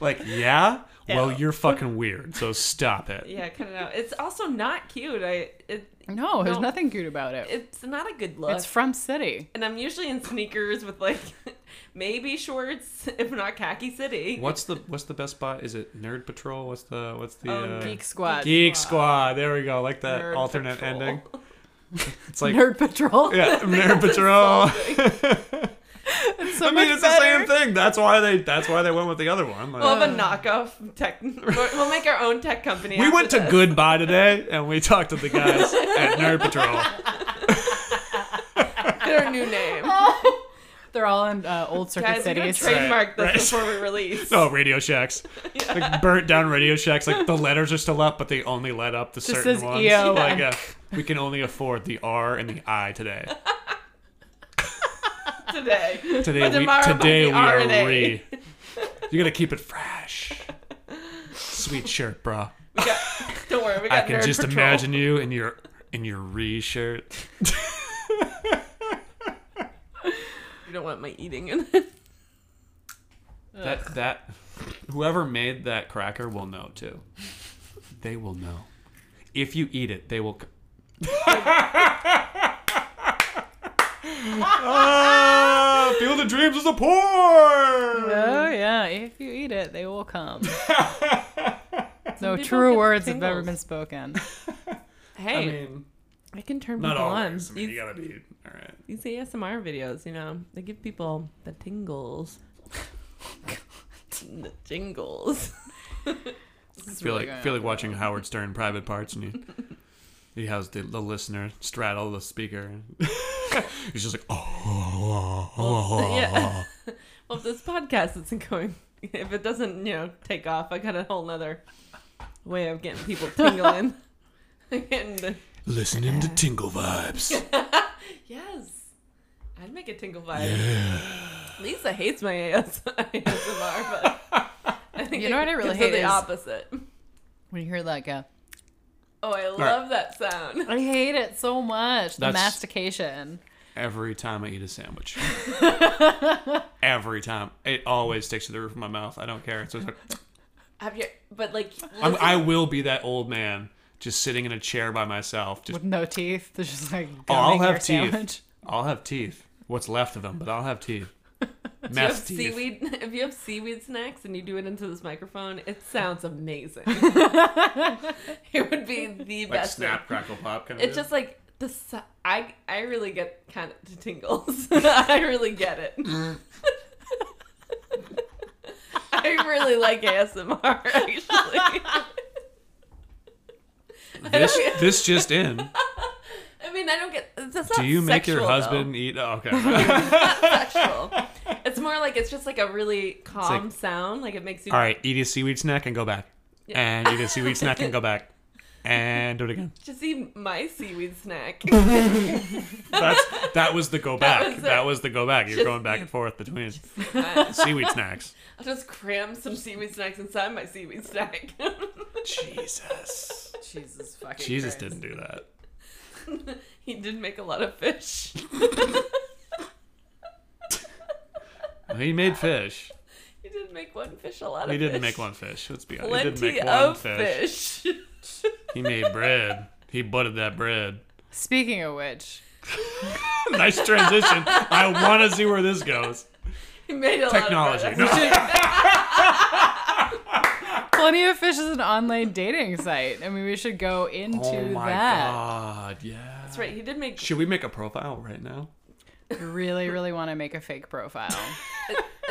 Speaker 3: like, yeah? Well, you're fucking weird, so stop it.
Speaker 2: Yeah, cut it out. It's also not cute. I. It,
Speaker 1: (laughs) No, there's
Speaker 2: No.
Speaker 1: nothing cute about it.
Speaker 2: it's not a good look.
Speaker 1: It's from city.
Speaker 2: and I'm usually in sneakers with like (laughs) maybe shorts, if not khaki city.
Speaker 3: What's the what's the Best Buy? Is it Nerd Patrol? What's the what's the
Speaker 2: Um,
Speaker 3: uh,
Speaker 1: Geek Squad.
Speaker 3: Geek Squad? There we go. Like that
Speaker 2: Nerd
Speaker 3: alternate
Speaker 2: Patrol. (laughs)
Speaker 3: ending. It's like
Speaker 1: Nerd
Speaker 3: (laughs)
Speaker 1: Patrol.
Speaker 3: yeah, Nerd Patrol.
Speaker 1: so
Speaker 3: I mean,
Speaker 1: much
Speaker 3: it's
Speaker 1: better.
Speaker 3: the same thing. That's why they that's why they went with the other one. Like,
Speaker 2: We'll have a knockoff tech. We'll make our own tech company.
Speaker 3: Uh, we
Speaker 2: after
Speaker 3: went to
Speaker 2: this.
Speaker 3: Goodbye
Speaker 2: (laughs)
Speaker 3: today, and we talked to the guys at Nerd Patrol.
Speaker 2: their new name.
Speaker 1: They're all in uh, old circuit
Speaker 2: Guys, we gotta
Speaker 1: cities.
Speaker 2: trademark
Speaker 3: Right,
Speaker 2: this
Speaker 3: right. (laughs)
Speaker 2: before we release.
Speaker 3: Oh, Radio Shacks. Like burnt down Radio Shacks. Like the letters are still up, but they only let up the certain
Speaker 1: says
Speaker 3: ones.
Speaker 2: E
Speaker 1: EO.
Speaker 3: Like uh, we can only afford the R and the I
Speaker 2: (laughs)
Speaker 3: today.
Speaker 2: Today.
Speaker 3: Today we
Speaker 2: tomorrow it'll
Speaker 3: today
Speaker 2: be
Speaker 3: we
Speaker 2: R
Speaker 3: are
Speaker 2: and A. (laughs)
Speaker 3: re. You gotta keep it fresh. Sweet shirt, bro.
Speaker 2: We
Speaker 3: (laughs)
Speaker 2: got, don't worry, we
Speaker 3: I
Speaker 2: got
Speaker 3: can
Speaker 2: Nerd
Speaker 3: just
Speaker 2: Patrol.
Speaker 3: imagine you in your in your re shirt.
Speaker 2: You don't want my eating in it.
Speaker 3: That that whoever made that cracker will know too. They will know. If you eat it, they will. c- (laughs) ah, Field of Dreams is a porn.
Speaker 1: Oh yeah, if you eat it, they will come. no
Speaker 2: people
Speaker 1: true
Speaker 2: get
Speaker 1: words have ever
Speaker 2: tingles.
Speaker 1: been spoken.
Speaker 2: Hey,
Speaker 3: I
Speaker 2: I,
Speaker 3: mean,
Speaker 2: can turn
Speaker 3: not
Speaker 2: people on.
Speaker 3: always. I mean,
Speaker 2: These-
Speaker 3: you gotta be all right.
Speaker 2: These ASMR videos, you know, they give people the (laughs) tingles. the jingles.
Speaker 3: feel
Speaker 1: really
Speaker 3: like
Speaker 1: going
Speaker 3: feel
Speaker 1: on
Speaker 3: like watching Howard Stern Private Parts, and you (laughs) he has the, the listener straddle the speaker. (laughs) He's just like, oh,
Speaker 1: (laughs)
Speaker 2: yeah. (laughs) Well, if this podcast isn't going, if it doesn't, you know, take off, I got a whole nother way of getting people
Speaker 1: (laughs)
Speaker 2: tingling. (laughs) and, uh,
Speaker 3: listening to tingle vibes.
Speaker 2: yes, I'd make a tingle vibe. Lisa hates my AS- ASMR, but I
Speaker 1: (laughs)
Speaker 2: think
Speaker 1: You know what I really
Speaker 2: gives her
Speaker 1: hate
Speaker 2: the
Speaker 1: is-
Speaker 2: opposite.
Speaker 1: When you hear that go,
Speaker 2: Oh, I love that sound.
Speaker 1: I hate it so much. The
Speaker 3: That's-
Speaker 1: mastication.
Speaker 3: Every time I eat a
Speaker 2: (laughs)
Speaker 3: sandwich. Every time. It always sticks to the roof of my mouth. I don't care. It's just like,
Speaker 2: Have you? But like,
Speaker 3: I'm, I will be that old man just sitting in a chair by myself. Just,
Speaker 1: With no teeth. There's just like
Speaker 3: oh, I'll
Speaker 1: gumming your
Speaker 3: have teeth.
Speaker 1: sandwich.
Speaker 3: I'll have teeth. What's left of them, but I'll have
Speaker 2: (laughs)
Speaker 3: teeth.
Speaker 2: Do you have
Speaker 3: Meth teeth.
Speaker 2: seaweed? (laughs) If you have seaweed snacks and you do it into this microphone, it
Speaker 3: (laughs)
Speaker 2: sounds amazing. it would be the
Speaker 3: Like
Speaker 2: best. thing.
Speaker 3: snap, crackle, pop kind of
Speaker 2: It's just like the s- I I really get kind of the tingles. (laughs) I really get it. (laughs) I really like ASMR. (laughs)
Speaker 1: (laughs)
Speaker 2: Actually, (laughs)
Speaker 3: this, this just in.
Speaker 2: I mean I don't get. That's not
Speaker 3: Do you make your
Speaker 2: sexual, though.
Speaker 3: husband eat? Oh, okay.
Speaker 2: It's not (laughs) sexual. It's more like it's just like a really calm sound. Like it makes you.
Speaker 3: All right, eat a seaweed snack and go back. And eat a seaweed snack and go back. And do it again.
Speaker 2: Just eat my seaweed
Speaker 3: (laughs)
Speaker 2: snack.
Speaker 3: That's that was the go back. That was,
Speaker 2: was it.
Speaker 3: the go back. You're
Speaker 2: Just-
Speaker 3: going back and forth
Speaker 2: (laughs)
Speaker 3: between (laughs)
Speaker 2: I'll
Speaker 3: seaweed snacks.
Speaker 2: just cram some seaweed snacks inside my seaweed snack.
Speaker 3: Jesus.
Speaker 1: Jesus fucking.
Speaker 3: Jesus
Speaker 1: Christ.
Speaker 3: didn't do that.
Speaker 2: (laughs) he did make a lot of fish. (laughs)
Speaker 3: Well, he made fish.
Speaker 2: He did make one fish a lot
Speaker 3: He
Speaker 2: of
Speaker 3: didn't
Speaker 2: fish.
Speaker 3: make one fish. Let's be honest. He didn't
Speaker 2: Plenty
Speaker 3: make one
Speaker 2: of
Speaker 3: fish.
Speaker 2: fish. (laughs)
Speaker 3: He made bread. He buttered that bread. (laughs)
Speaker 1: Speaking of which,
Speaker 3: nice transition. I want to see where this
Speaker 2: (laughs)
Speaker 3: goes.
Speaker 2: he made a
Speaker 3: Technology.
Speaker 2: lot of
Speaker 3: No.
Speaker 1: Plenty of Fish is an online dating site. I mean, we should go into
Speaker 3: Oh my
Speaker 1: that.
Speaker 3: god. Yeah.
Speaker 2: That's right. He did make.
Speaker 3: Should we make a profile right now?
Speaker 1: Really, really want to make a fake profile.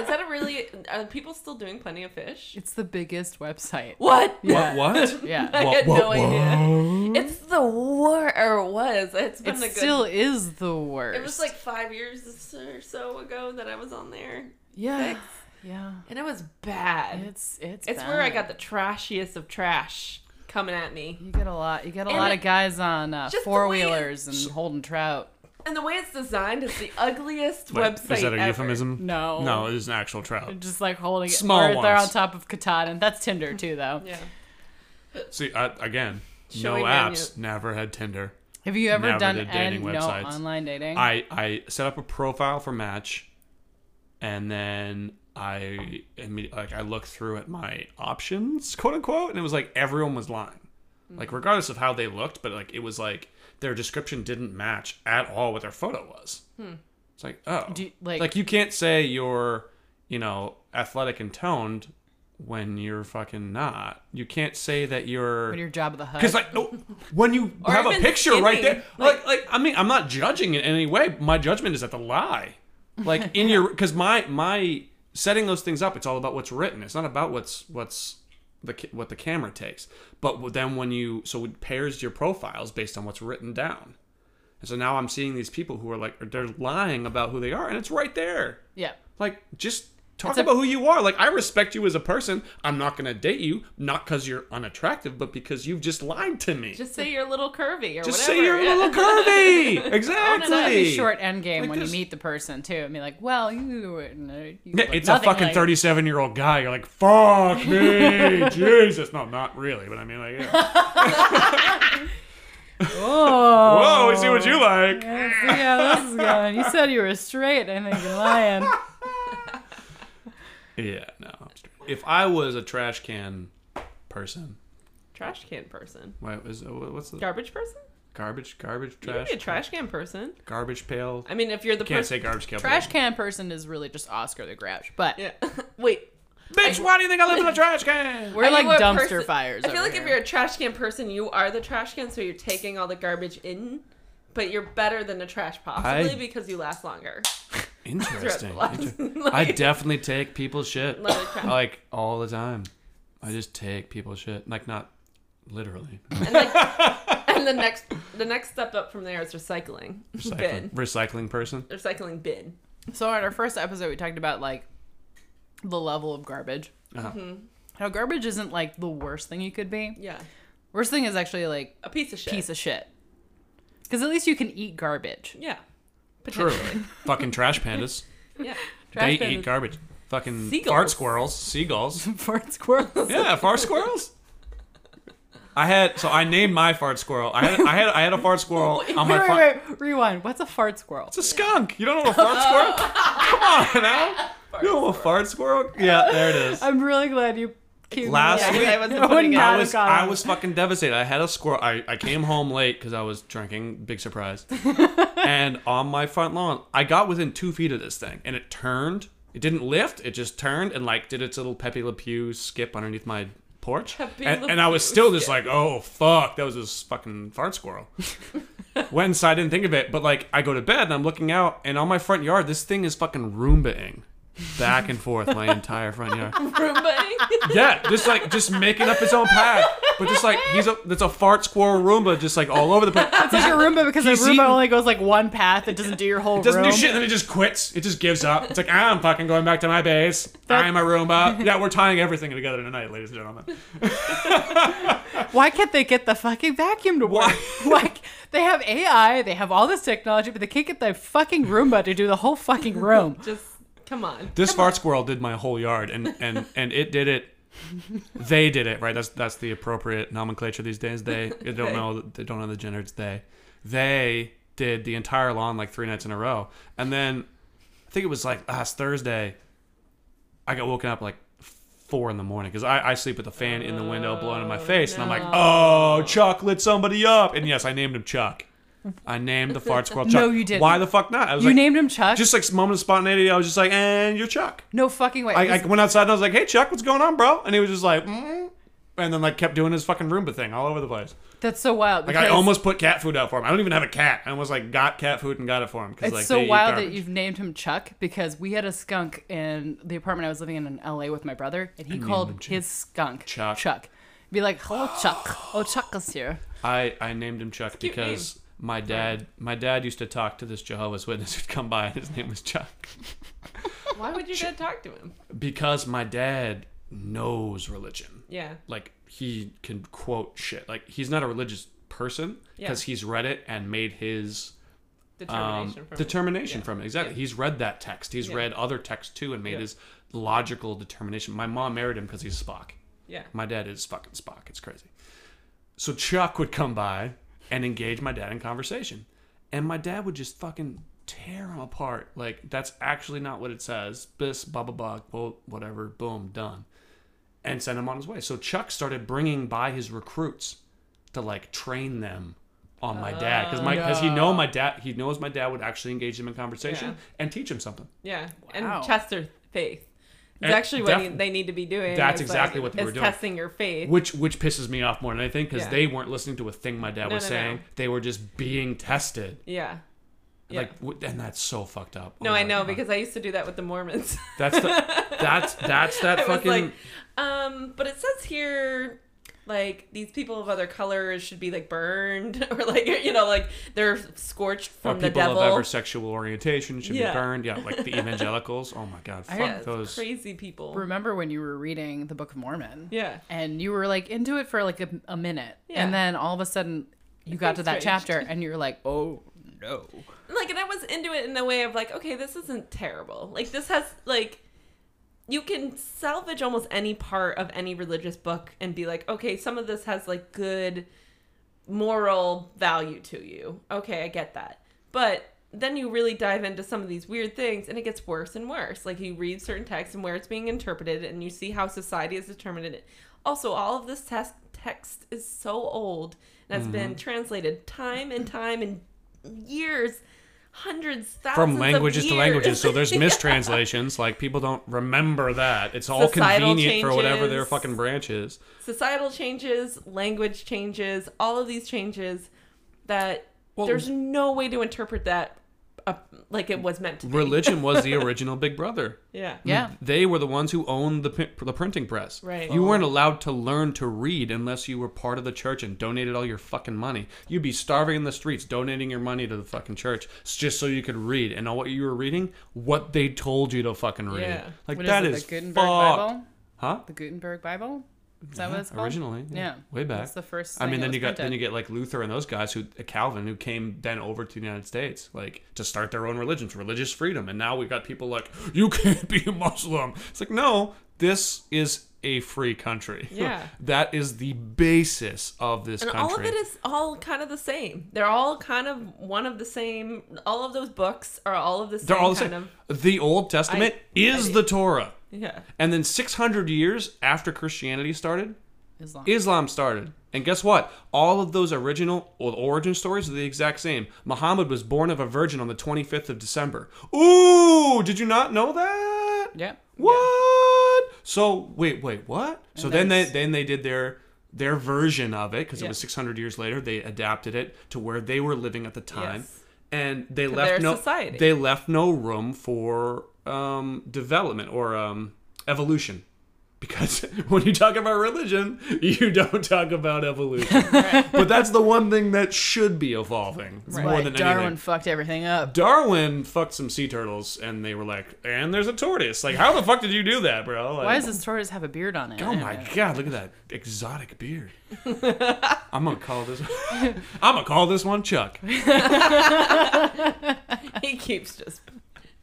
Speaker 2: Is that a really? Are people still doing plenty of fish?
Speaker 1: it's the biggest website.
Speaker 2: (laughs) What?
Speaker 1: Yeah.
Speaker 3: What? What?
Speaker 1: Yeah.
Speaker 2: (laughs) I had
Speaker 3: What-
Speaker 2: no
Speaker 3: what-
Speaker 2: idea.
Speaker 3: what?
Speaker 2: It's the war, or it was. It's been
Speaker 1: It
Speaker 2: a good.
Speaker 1: still is the worst.
Speaker 2: it was like five years or so ago that I was on there,
Speaker 1: yeah,
Speaker 2: six.
Speaker 1: yeah.
Speaker 2: and it was bad. It's,
Speaker 1: It's it's.
Speaker 2: where I
Speaker 1: bad.
Speaker 2: got the trashiest of trash coming at me,
Speaker 1: You get a lot. You get a
Speaker 2: And
Speaker 1: lot
Speaker 2: it-
Speaker 1: of guys on uh,
Speaker 2: just the way it-
Speaker 1: four wheelers and holding trout.
Speaker 2: and the way it's designed is the ugliest
Speaker 3: Wait,
Speaker 2: website.
Speaker 3: Is that a
Speaker 2: ever.
Speaker 3: euphemism?
Speaker 1: No.
Speaker 3: No, it is an actual trout.
Speaker 1: Just like holding it.
Speaker 3: Small
Speaker 1: or They're on
Speaker 3: ones.
Speaker 1: top of Katana. That's
Speaker 2: (laughs)
Speaker 1: Tinder too, though.
Speaker 2: Yeah.
Speaker 3: See, I, again,
Speaker 2: Showing
Speaker 3: no
Speaker 2: menu.
Speaker 3: apps. Never had Tinder.
Speaker 1: Have you ever
Speaker 3: Never
Speaker 1: done
Speaker 3: did
Speaker 1: any
Speaker 3: dating
Speaker 1: no
Speaker 3: websites.
Speaker 1: online dating?
Speaker 3: I I set up a profile for Match, and then I imme- like I looked through at my options, quote unquote, and it was like everyone was lying, like regardless of how they looked, but like it was like their description didn't match at all what their photo was. It's like oh,
Speaker 1: Do you- like-
Speaker 3: like you can't say you're you know athletic and toned when you're fucking not. You can't say that
Speaker 1: Go
Speaker 3: you're
Speaker 1: to your job at the hut.
Speaker 3: because like no, when you have a
Speaker 2: even
Speaker 3: picture right
Speaker 2: skinny,
Speaker 3: there, like, like I mean, I'm not judging in any way. My judgment is at the lie, like in your because my my setting those things up, it's all about what's written. It's not about what's what's the ca- what the camera takes. But then when you so it pairs your profiles based on what's written down, and so now I'm seeing these people who are like they're lying about who they are, and it's right there.
Speaker 1: yeah.
Speaker 3: Like, just talk
Speaker 1: It's a-
Speaker 3: about who you are. Like, I respect you as a person. I'm not going to date you, not because you're unattractive, but because you've just lied to me. Just,
Speaker 2: Just say you're a little curvy, or whatever.
Speaker 3: say you're a
Speaker 2: yeah.
Speaker 1: (laughs)
Speaker 2: (laughs)
Speaker 3: little curvy.
Speaker 1: It's not
Speaker 3: exactly.
Speaker 1: a short end game
Speaker 3: Like
Speaker 1: when
Speaker 3: this-
Speaker 1: you meet the person too. I mean, like, well, you. were- you
Speaker 3: Yeah,
Speaker 1: look
Speaker 3: It's a
Speaker 1: nothing
Speaker 3: fucking
Speaker 1: (laughs) like-
Speaker 3: 37 year old guy. You're like, fuck
Speaker 1: (laughs)
Speaker 3: me. Jesus. No, not really, but I mean, like, yeah.
Speaker 1: Oh.
Speaker 3: whoa, we see what you like.
Speaker 1: (laughs) Let's see how this is going. You said you were straight. I think
Speaker 3: (laughs)
Speaker 1: you're lying.
Speaker 3: Yeah, no. I'm straight. If I was a trash can person,
Speaker 2: trash can person,
Speaker 3: what was, what's the
Speaker 2: garbage person.
Speaker 3: garbage, garbage,
Speaker 2: You can
Speaker 3: trash,
Speaker 2: be a trash can person.
Speaker 3: garbage pail?
Speaker 2: I mean, if you're the
Speaker 3: Can't
Speaker 2: person.
Speaker 3: say garbage can.
Speaker 1: Trash can person is really just Oscar the Grouch, but
Speaker 2: (laughs) Yeah. (laughs) Wait.
Speaker 3: Bitch, why do you think I live in a trash can?
Speaker 1: we're
Speaker 2: Are
Speaker 1: like
Speaker 2: you a
Speaker 1: dumpster
Speaker 2: person-
Speaker 1: fires.
Speaker 2: I feel
Speaker 1: over
Speaker 2: like
Speaker 1: here.
Speaker 2: if you're a trash can person, you are the trash can, so you're taking all the garbage in, but you're better than a trash possibly
Speaker 3: I-
Speaker 2: because you last longer. throughout the
Speaker 3: Interesting.
Speaker 2: lives. (laughs)
Speaker 3: Inter-
Speaker 2: Like,
Speaker 3: I Oh. definitely take people's shit
Speaker 2: Love it,
Speaker 3: (laughs)
Speaker 2: crap.
Speaker 3: like all the time. I just take people's shit, like not
Speaker 1: (laughs)
Speaker 3: literally. (laughs)
Speaker 2: and, like- and the next, the next step up from there is recycling (laughs)
Speaker 3: Recycling,
Speaker 2: bin,
Speaker 3: recycling person.
Speaker 2: recycling bin.
Speaker 1: So in our first episode, we talked about like the level of garbage.
Speaker 3: Uh-huh.
Speaker 1: How garbage isn't like the worst thing you could be.
Speaker 2: Yeah,
Speaker 1: Worst thing is actually like
Speaker 2: a piece of shit.
Speaker 1: piece of shit. Because at least you can eat garbage.
Speaker 2: yeah,
Speaker 3: True.
Speaker 2: potentially.
Speaker 3: (laughs) Fucking trash pandas.
Speaker 1: (laughs)
Speaker 2: Yeah,
Speaker 3: they
Speaker 1: Trash
Speaker 3: eat
Speaker 1: pandas.
Speaker 3: garbage. Fucking fart
Speaker 2: Seagulls.
Speaker 3: squirrels, seagulls.
Speaker 1: Fart squirrels.
Speaker 3: Yeah, fart squirrels. I had so I named my fart squirrel. I had I had, I had a fart squirrel on my
Speaker 1: (laughs) Wait,
Speaker 3: fa-
Speaker 1: wait, wait. Rewind. What's a fart squirrel?
Speaker 3: It's a skunk. You don't know a fart squirrel?
Speaker 1: (laughs)
Speaker 3: Come on now. you know a fart squirrel? Yeah, there it is.
Speaker 1: I'm really glad you. cued me
Speaker 3: Last
Speaker 1: up.
Speaker 2: yeah.
Speaker 3: week-
Speaker 2: I wasn't
Speaker 1: I would
Speaker 2: putting it
Speaker 1: not
Speaker 3: I
Speaker 1: have
Speaker 3: was
Speaker 1: gotten
Speaker 3: I
Speaker 1: it.
Speaker 3: was fucking devastated. I had a squirrel. I, I came home late because I was drinking. Big
Speaker 2: (laughs)
Speaker 3: surprise. and on my front lawn, I got within two feet of this thing, and it turned. It didn't lift. It just turned and like did its little Pepe Le Pew skip underneath my porch.
Speaker 2: Pepe
Speaker 3: And,
Speaker 2: Le
Speaker 3: and I was
Speaker 2: Pew
Speaker 3: still just like, oh fuck, that was this fucking fart
Speaker 2: (laughs)
Speaker 3: squirrel. When so I didn't think of it, but like I go to bed and I'm looking out, and on my front yard, this thing is fucking Roombaing back and forth my entire front yard.
Speaker 2: Roomba.
Speaker 3: Yeah, just like just making up his own path. But just like he's a, it's a fart squirrel Roomba, just like all over the place.
Speaker 1: It's like your Roomba because the
Speaker 3: He's
Speaker 1: Roomba
Speaker 3: eaten-
Speaker 1: only goes like one path. It doesn't do your whole
Speaker 3: It doesn't
Speaker 1: room.
Speaker 3: do shit, and then it just quits. It just gives up. It's like I'm fucking going back to my base.
Speaker 1: That-
Speaker 3: I'm a Roomba. Yeah, we're tying everything together tonight, ladies and gentlemen.
Speaker 1: Why can't they get the fucking vacuum to work? (laughs) like they have AI, they have all this technology, but they can't get the fucking Roomba to do the whole fucking
Speaker 3: (laughs)
Speaker 1: room.
Speaker 2: (laughs) Just come on.
Speaker 3: This fart squirrel did my whole yard, and and and it did
Speaker 1: (laughs)
Speaker 3: it. They did it right. That's that's the appropriate nomenclature these days.
Speaker 1: (laughs)
Speaker 3: They they don't know they don't know the gender. It's they. They did the entire lawn like three nights in a row, and then I think it was like last Thursday. I got woken up like four in the morning because I, I sleep with the fan in the window blowing in my face, and I'm like, oh, Chuck lit somebody up, and yes, I named him Chuck. I named the fart squirrel Chuck.
Speaker 1: (laughs) No, you didn't.
Speaker 3: Why the fuck not? I was
Speaker 1: You
Speaker 3: like,
Speaker 1: named him Chuck?
Speaker 3: just like moment of spontaneity. I was just like, and you're Chuck.
Speaker 1: no fucking way.
Speaker 3: I, I
Speaker 1: This-
Speaker 3: went outside and I was like, "Hey, Chuck, what's going on, bro?" And he was just like, mm. and then like kept doing his fucking Roomba thing all over the place.
Speaker 1: that's so wild.
Speaker 3: Like I
Speaker 1: because
Speaker 3: almost put cat food out for him. I don't even have a cat. I almost like got cat food and got it for him because
Speaker 1: It's
Speaker 3: like
Speaker 1: so
Speaker 3: they eat
Speaker 1: wild that
Speaker 3: garbage.
Speaker 1: you've named him Chuck because we had a skunk in the apartment I was living in in LA with my brother, and he
Speaker 3: him
Speaker 1: called
Speaker 3: Chuck.
Speaker 1: his skunk
Speaker 3: Chuck.
Speaker 1: Chuck. Be like, hello, Chuck. Oh, Chuck is here.
Speaker 3: I I named him Chuck
Speaker 2: cute name.
Speaker 3: because my dad my dad used to talk to this Jehovah's Witness (laughs) who'd come by and his name was Chuck
Speaker 2: Why would you dad talk to him?
Speaker 3: because my dad knows religion.
Speaker 2: Yeah.
Speaker 3: like he can quote shit. Like he's not a religious person because he's read it and made his um,
Speaker 2: Determination
Speaker 3: determination,
Speaker 2: from
Speaker 3: from it. Exactly. He's read that text. He's read other texts too and made
Speaker 2: Yeah.
Speaker 3: his logical determination. My mom married him because he's Spock.
Speaker 2: Yeah.
Speaker 3: My dad is fucking Spock. It's crazy. So Chuck would come by and engage my dad in conversation. And my dad would just fucking tear him apart. Like, that's actually not what it says. This, blah, blah, blah, quote, whatever, boom, done. And send him on his way. So Chuck started bringing by his recruits to like train them on my dad because my because he know my dad he knows my dad would actually engage him in conversation
Speaker 2: Yeah.
Speaker 3: and teach him something.
Speaker 2: Yeah.
Speaker 1: Wow.
Speaker 2: And Chester faith. It's
Speaker 3: And
Speaker 2: actually what
Speaker 3: def-
Speaker 2: you- they need to be doing.
Speaker 3: That's
Speaker 2: is,
Speaker 3: exactly what they
Speaker 2: is
Speaker 3: were doing.
Speaker 2: testing your faith.
Speaker 3: which which pisses me off more than anything because
Speaker 2: Yeah.
Speaker 3: they weren't listening to a thing my dad
Speaker 2: No,
Speaker 3: was
Speaker 2: no, no.
Speaker 3: saying. They were just being tested.
Speaker 2: yeah. Yeah.
Speaker 3: Like, w- and that's so fucked up.
Speaker 2: no,
Speaker 3: Oh
Speaker 2: I
Speaker 3: my
Speaker 2: know
Speaker 3: God.
Speaker 2: because I used to do that with the Mormons. (laughs)
Speaker 3: that's the, that's that's that
Speaker 2: I was
Speaker 3: fucking.
Speaker 2: like, um, but it says here, like these people of other colors should be like burned (laughs) or like you know like they're scorched
Speaker 3: or
Speaker 2: from the
Speaker 3: people
Speaker 2: devil.
Speaker 3: of every sexual orientation should
Speaker 2: Yeah.
Speaker 3: be burned. Yeah, like
Speaker 2: (laughs)
Speaker 3: the evangelicals. Oh my god, fuck
Speaker 2: yeah, it's
Speaker 3: those.
Speaker 2: crazy people.
Speaker 1: Remember when you were reading the Book of Mormon?
Speaker 2: Yeah.
Speaker 1: and you were like into it for like a, a minute
Speaker 2: Yeah.
Speaker 1: and then all of a sudden you got to that
Speaker 2: strange.
Speaker 1: chapter and you're like oh no
Speaker 2: like and I was into it in the way of like, okay, this isn't terrible. Like this has like you can salvage almost any part of any religious book and be like, okay, some of this has like good moral value to you. Okay, I get that. But then you really dive into some of these weird things and it gets worse and worse. Like you read certain texts and where it's being interpreted and you see how society has determined it. Also, all of this tes- text is so old and has
Speaker 3: Mm-hmm.
Speaker 2: been translated time and time and years, hundreds, thousands
Speaker 3: From languages
Speaker 2: of
Speaker 3: to
Speaker 2: years.
Speaker 3: languages, so
Speaker 2: (laughs)
Speaker 3: there's mistranslations. Like people don't remember that. It's all
Speaker 2: Societal
Speaker 3: convenient for whatever their
Speaker 2: changes.
Speaker 3: fucking branch is.
Speaker 2: societal changes, language changes, all of these changes that
Speaker 3: Well-
Speaker 2: there's no way to interpret that uh, like it was meant to be.
Speaker 3: Religion was the original Big Brother.
Speaker 2: Yeah.
Speaker 1: yeah
Speaker 3: they were the ones who owned the pi- the printing press.
Speaker 2: Right.
Speaker 3: You
Speaker 1: Oh.
Speaker 3: weren't allowed to learn to read unless you were part of the church and donated all your fucking money. You'd be starving in the streets, donating your money to the fucking church s- just so you could read. And all what you were reading, what they told you to fucking read.
Speaker 2: Yeah.
Speaker 3: Like
Speaker 1: What is
Speaker 3: that
Speaker 1: it,
Speaker 3: is
Speaker 1: the gutenberg
Speaker 3: fucked.
Speaker 1: bible
Speaker 3: Huh?
Speaker 1: the gutenberg bible is that what it's called
Speaker 3: Originally, yeah,
Speaker 1: Yeah.
Speaker 3: way back.
Speaker 1: That's the first
Speaker 3: I
Speaker 1: thing
Speaker 3: mean,
Speaker 1: that
Speaker 3: then
Speaker 1: was
Speaker 3: you got then
Speaker 1: printed.
Speaker 3: you get like Luther and those guys who uh, Calvin who came then over to the United States like to start their own religion, for religious freedom, and now we've got people like you can't be a Muslim. It's like no, this is a free country. (laughs)
Speaker 2: Yeah.
Speaker 3: that is the basis of this
Speaker 2: And
Speaker 3: country.
Speaker 2: all of it is all kind of the same. They're all kind of one of the same. All of those books are all of the same.
Speaker 3: They're all the
Speaker 2: kind
Speaker 3: same.
Speaker 2: Of,
Speaker 3: The Old Testament is the Torah,
Speaker 2: yeah. (laughs)
Speaker 3: and then 600 years after Christianity started,
Speaker 1: Islam.
Speaker 3: Islam started. And guess what? All of those original or origin stories are the exact same. Muhammad was born of a virgin on the 25th of December. Ooh, did you not know that?
Speaker 1: yep
Speaker 3: What? So wait, wait, what? So then they
Speaker 1: that's-
Speaker 3: then they did their their version of it because
Speaker 2: Yeah.
Speaker 3: it was 600 years later. They adapted it to where they were living at the time,
Speaker 2: Yes.
Speaker 3: and they
Speaker 2: their
Speaker 3: left no
Speaker 2: society.
Speaker 3: they left no room for um, development or um, evolution because when you talk about religion, you don't talk about evolution. But that's the one thing that should be evolving more
Speaker 1: Like,
Speaker 3: than
Speaker 1: Darwin
Speaker 3: anything.
Speaker 1: fucked everything up.
Speaker 3: Darwin fucked some sea turtles, and they were like, "And there's a tortoise." Like, how the fuck did you do that, bro? Like,
Speaker 1: Why does this tortoise have a beard on it?
Speaker 3: Oh my god, look at that exotic beard. I'm gonna call this. I'm gonna call this one Chuck.
Speaker 2: He keeps just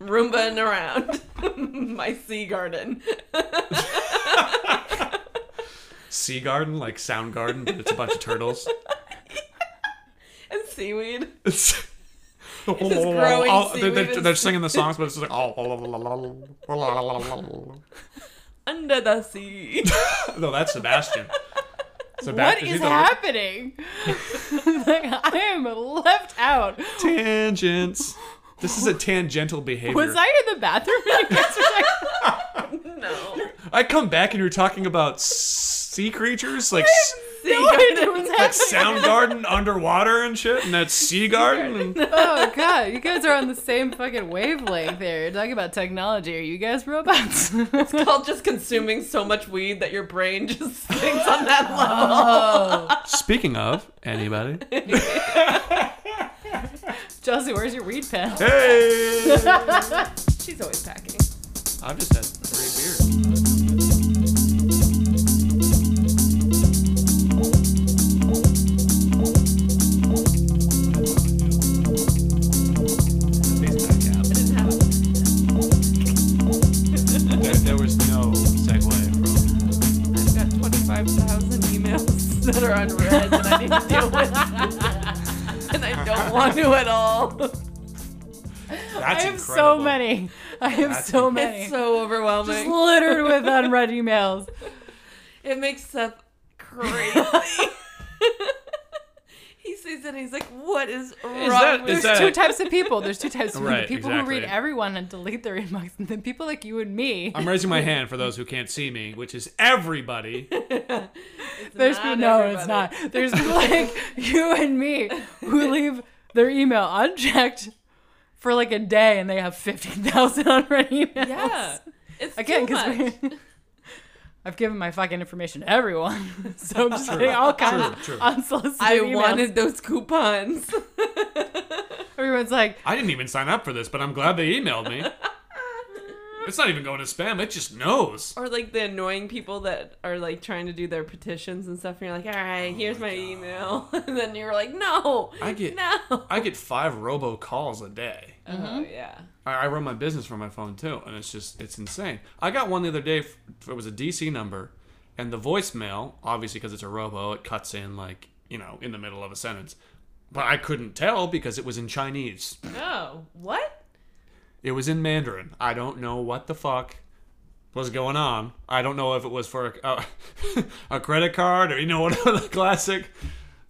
Speaker 2: roombaing around (laughs) my sea garden.
Speaker 3: Sea garden, like sound garden, but it's a bunch of turtles.
Speaker 2: and seaweed.
Speaker 3: It's
Speaker 2: just growing
Speaker 3: Oh, they're, they're-
Speaker 2: seaweed.
Speaker 3: they're singing the songs, but it's just like oh,
Speaker 2: Under the sea. (laughs)
Speaker 3: no, that's Sebastian.
Speaker 1: (laughs) What
Speaker 3: Sebastian,
Speaker 1: is happening? (laughs) like, I am left out.
Speaker 3: Tangents. This is a tangential behavior.
Speaker 1: Was I in the bathroom when
Speaker 3: (laughs)
Speaker 1: you guys were like,
Speaker 2: no.
Speaker 3: I come back and you're talking about sea creatures, like
Speaker 2: Sea
Speaker 1: no idea
Speaker 2: garden.
Speaker 1: what's
Speaker 3: like
Speaker 1: happening?
Speaker 3: sound garden underwater and shit, and that's
Speaker 1: (laughs)
Speaker 3: sea garden. and-
Speaker 1: Oh god, you guys are on the same fucking wavelength there. You're talking about technology. Are you guys robots? (laughs)
Speaker 2: It's called just consuming so much weed that your brain just (laughs) thinks on that level.
Speaker 1: oh.
Speaker 3: Speaking of,
Speaker 1: (laughs)
Speaker 3: anybody?
Speaker 1: Chelsea, where's your weed pen?
Speaker 3: Hey!
Speaker 2: She's always packing.
Speaker 3: I've just had three beers. These back out.
Speaker 2: I didn't have it.
Speaker 3: There, there was no segue from.
Speaker 2: I've got 25,000 emails (laughs) that are unread that I need to deal with. (laughs) and I don't want to at all.
Speaker 3: That's
Speaker 1: I have
Speaker 3: incredible.
Speaker 1: so many. I have
Speaker 3: That's
Speaker 1: so
Speaker 3: incredible.
Speaker 1: many.
Speaker 2: It's so
Speaker 1: just
Speaker 2: overwhelming.
Speaker 1: littered with unread emails.
Speaker 2: It makes Seth crazy. (laughs) he sees it and he's like, what is wrong
Speaker 3: that-
Speaker 2: with
Speaker 3: is that-
Speaker 1: There's two types of people. There's two types of people.
Speaker 3: Right,
Speaker 1: people who read
Speaker 3: exactly.
Speaker 1: everyone and delete their inbox, and then people like you and me.
Speaker 3: I'm raising my hand for those who can't see me, which is everybody.
Speaker 1: (laughs) There's
Speaker 2: not
Speaker 1: no, it's not.
Speaker 2: everybody.
Speaker 1: There's (laughs) people like you and me who leave their email unchecked for like a day, and they have fifteen thousand (laughs) unread emails.
Speaker 2: Yeah. It's
Speaker 1: again
Speaker 2: too much.
Speaker 1: because (laughs) I've given my fucking information to everyone, (laughs) so I'm just getting all kinds of
Speaker 3: True, true.
Speaker 1: unsolicited
Speaker 2: (laughs) I
Speaker 1: emails.
Speaker 2: wanted those coupons. (laughs)
Speaker 1: Everyone's like,
Speaker 3: I didn't even sign up for this, but I'm glad they emailed me. It's not even going to spam, it just knows.
Speaker 2: or like the annoying people that are like trying to do their petitions and stuff and you're like, "All right, here's my, email." (laughs) And then you're like, "No."
Speaker 3: Oh I get- Mm-hmm.
Speaker 2: No.
Speaker 3: I get five robocalls a day.
Speaker 2: Oh, yeah.
Speaker 3: I, I run my business from my phone too, and it's just it's insane. I got one the other day. f- It was a DC number, and the voicemail, obviously because it's a robo, it cuts in like you know in the middle of a sentence. But I couldn't tell because it was in Chinese.
Speaker 2: No. What?
Speaker 3: It was in Mandarin. I don't know what the fuck was going on. I don't know if it was for a, uh, a (laughs) credit card or you know (laughs) one of the classic,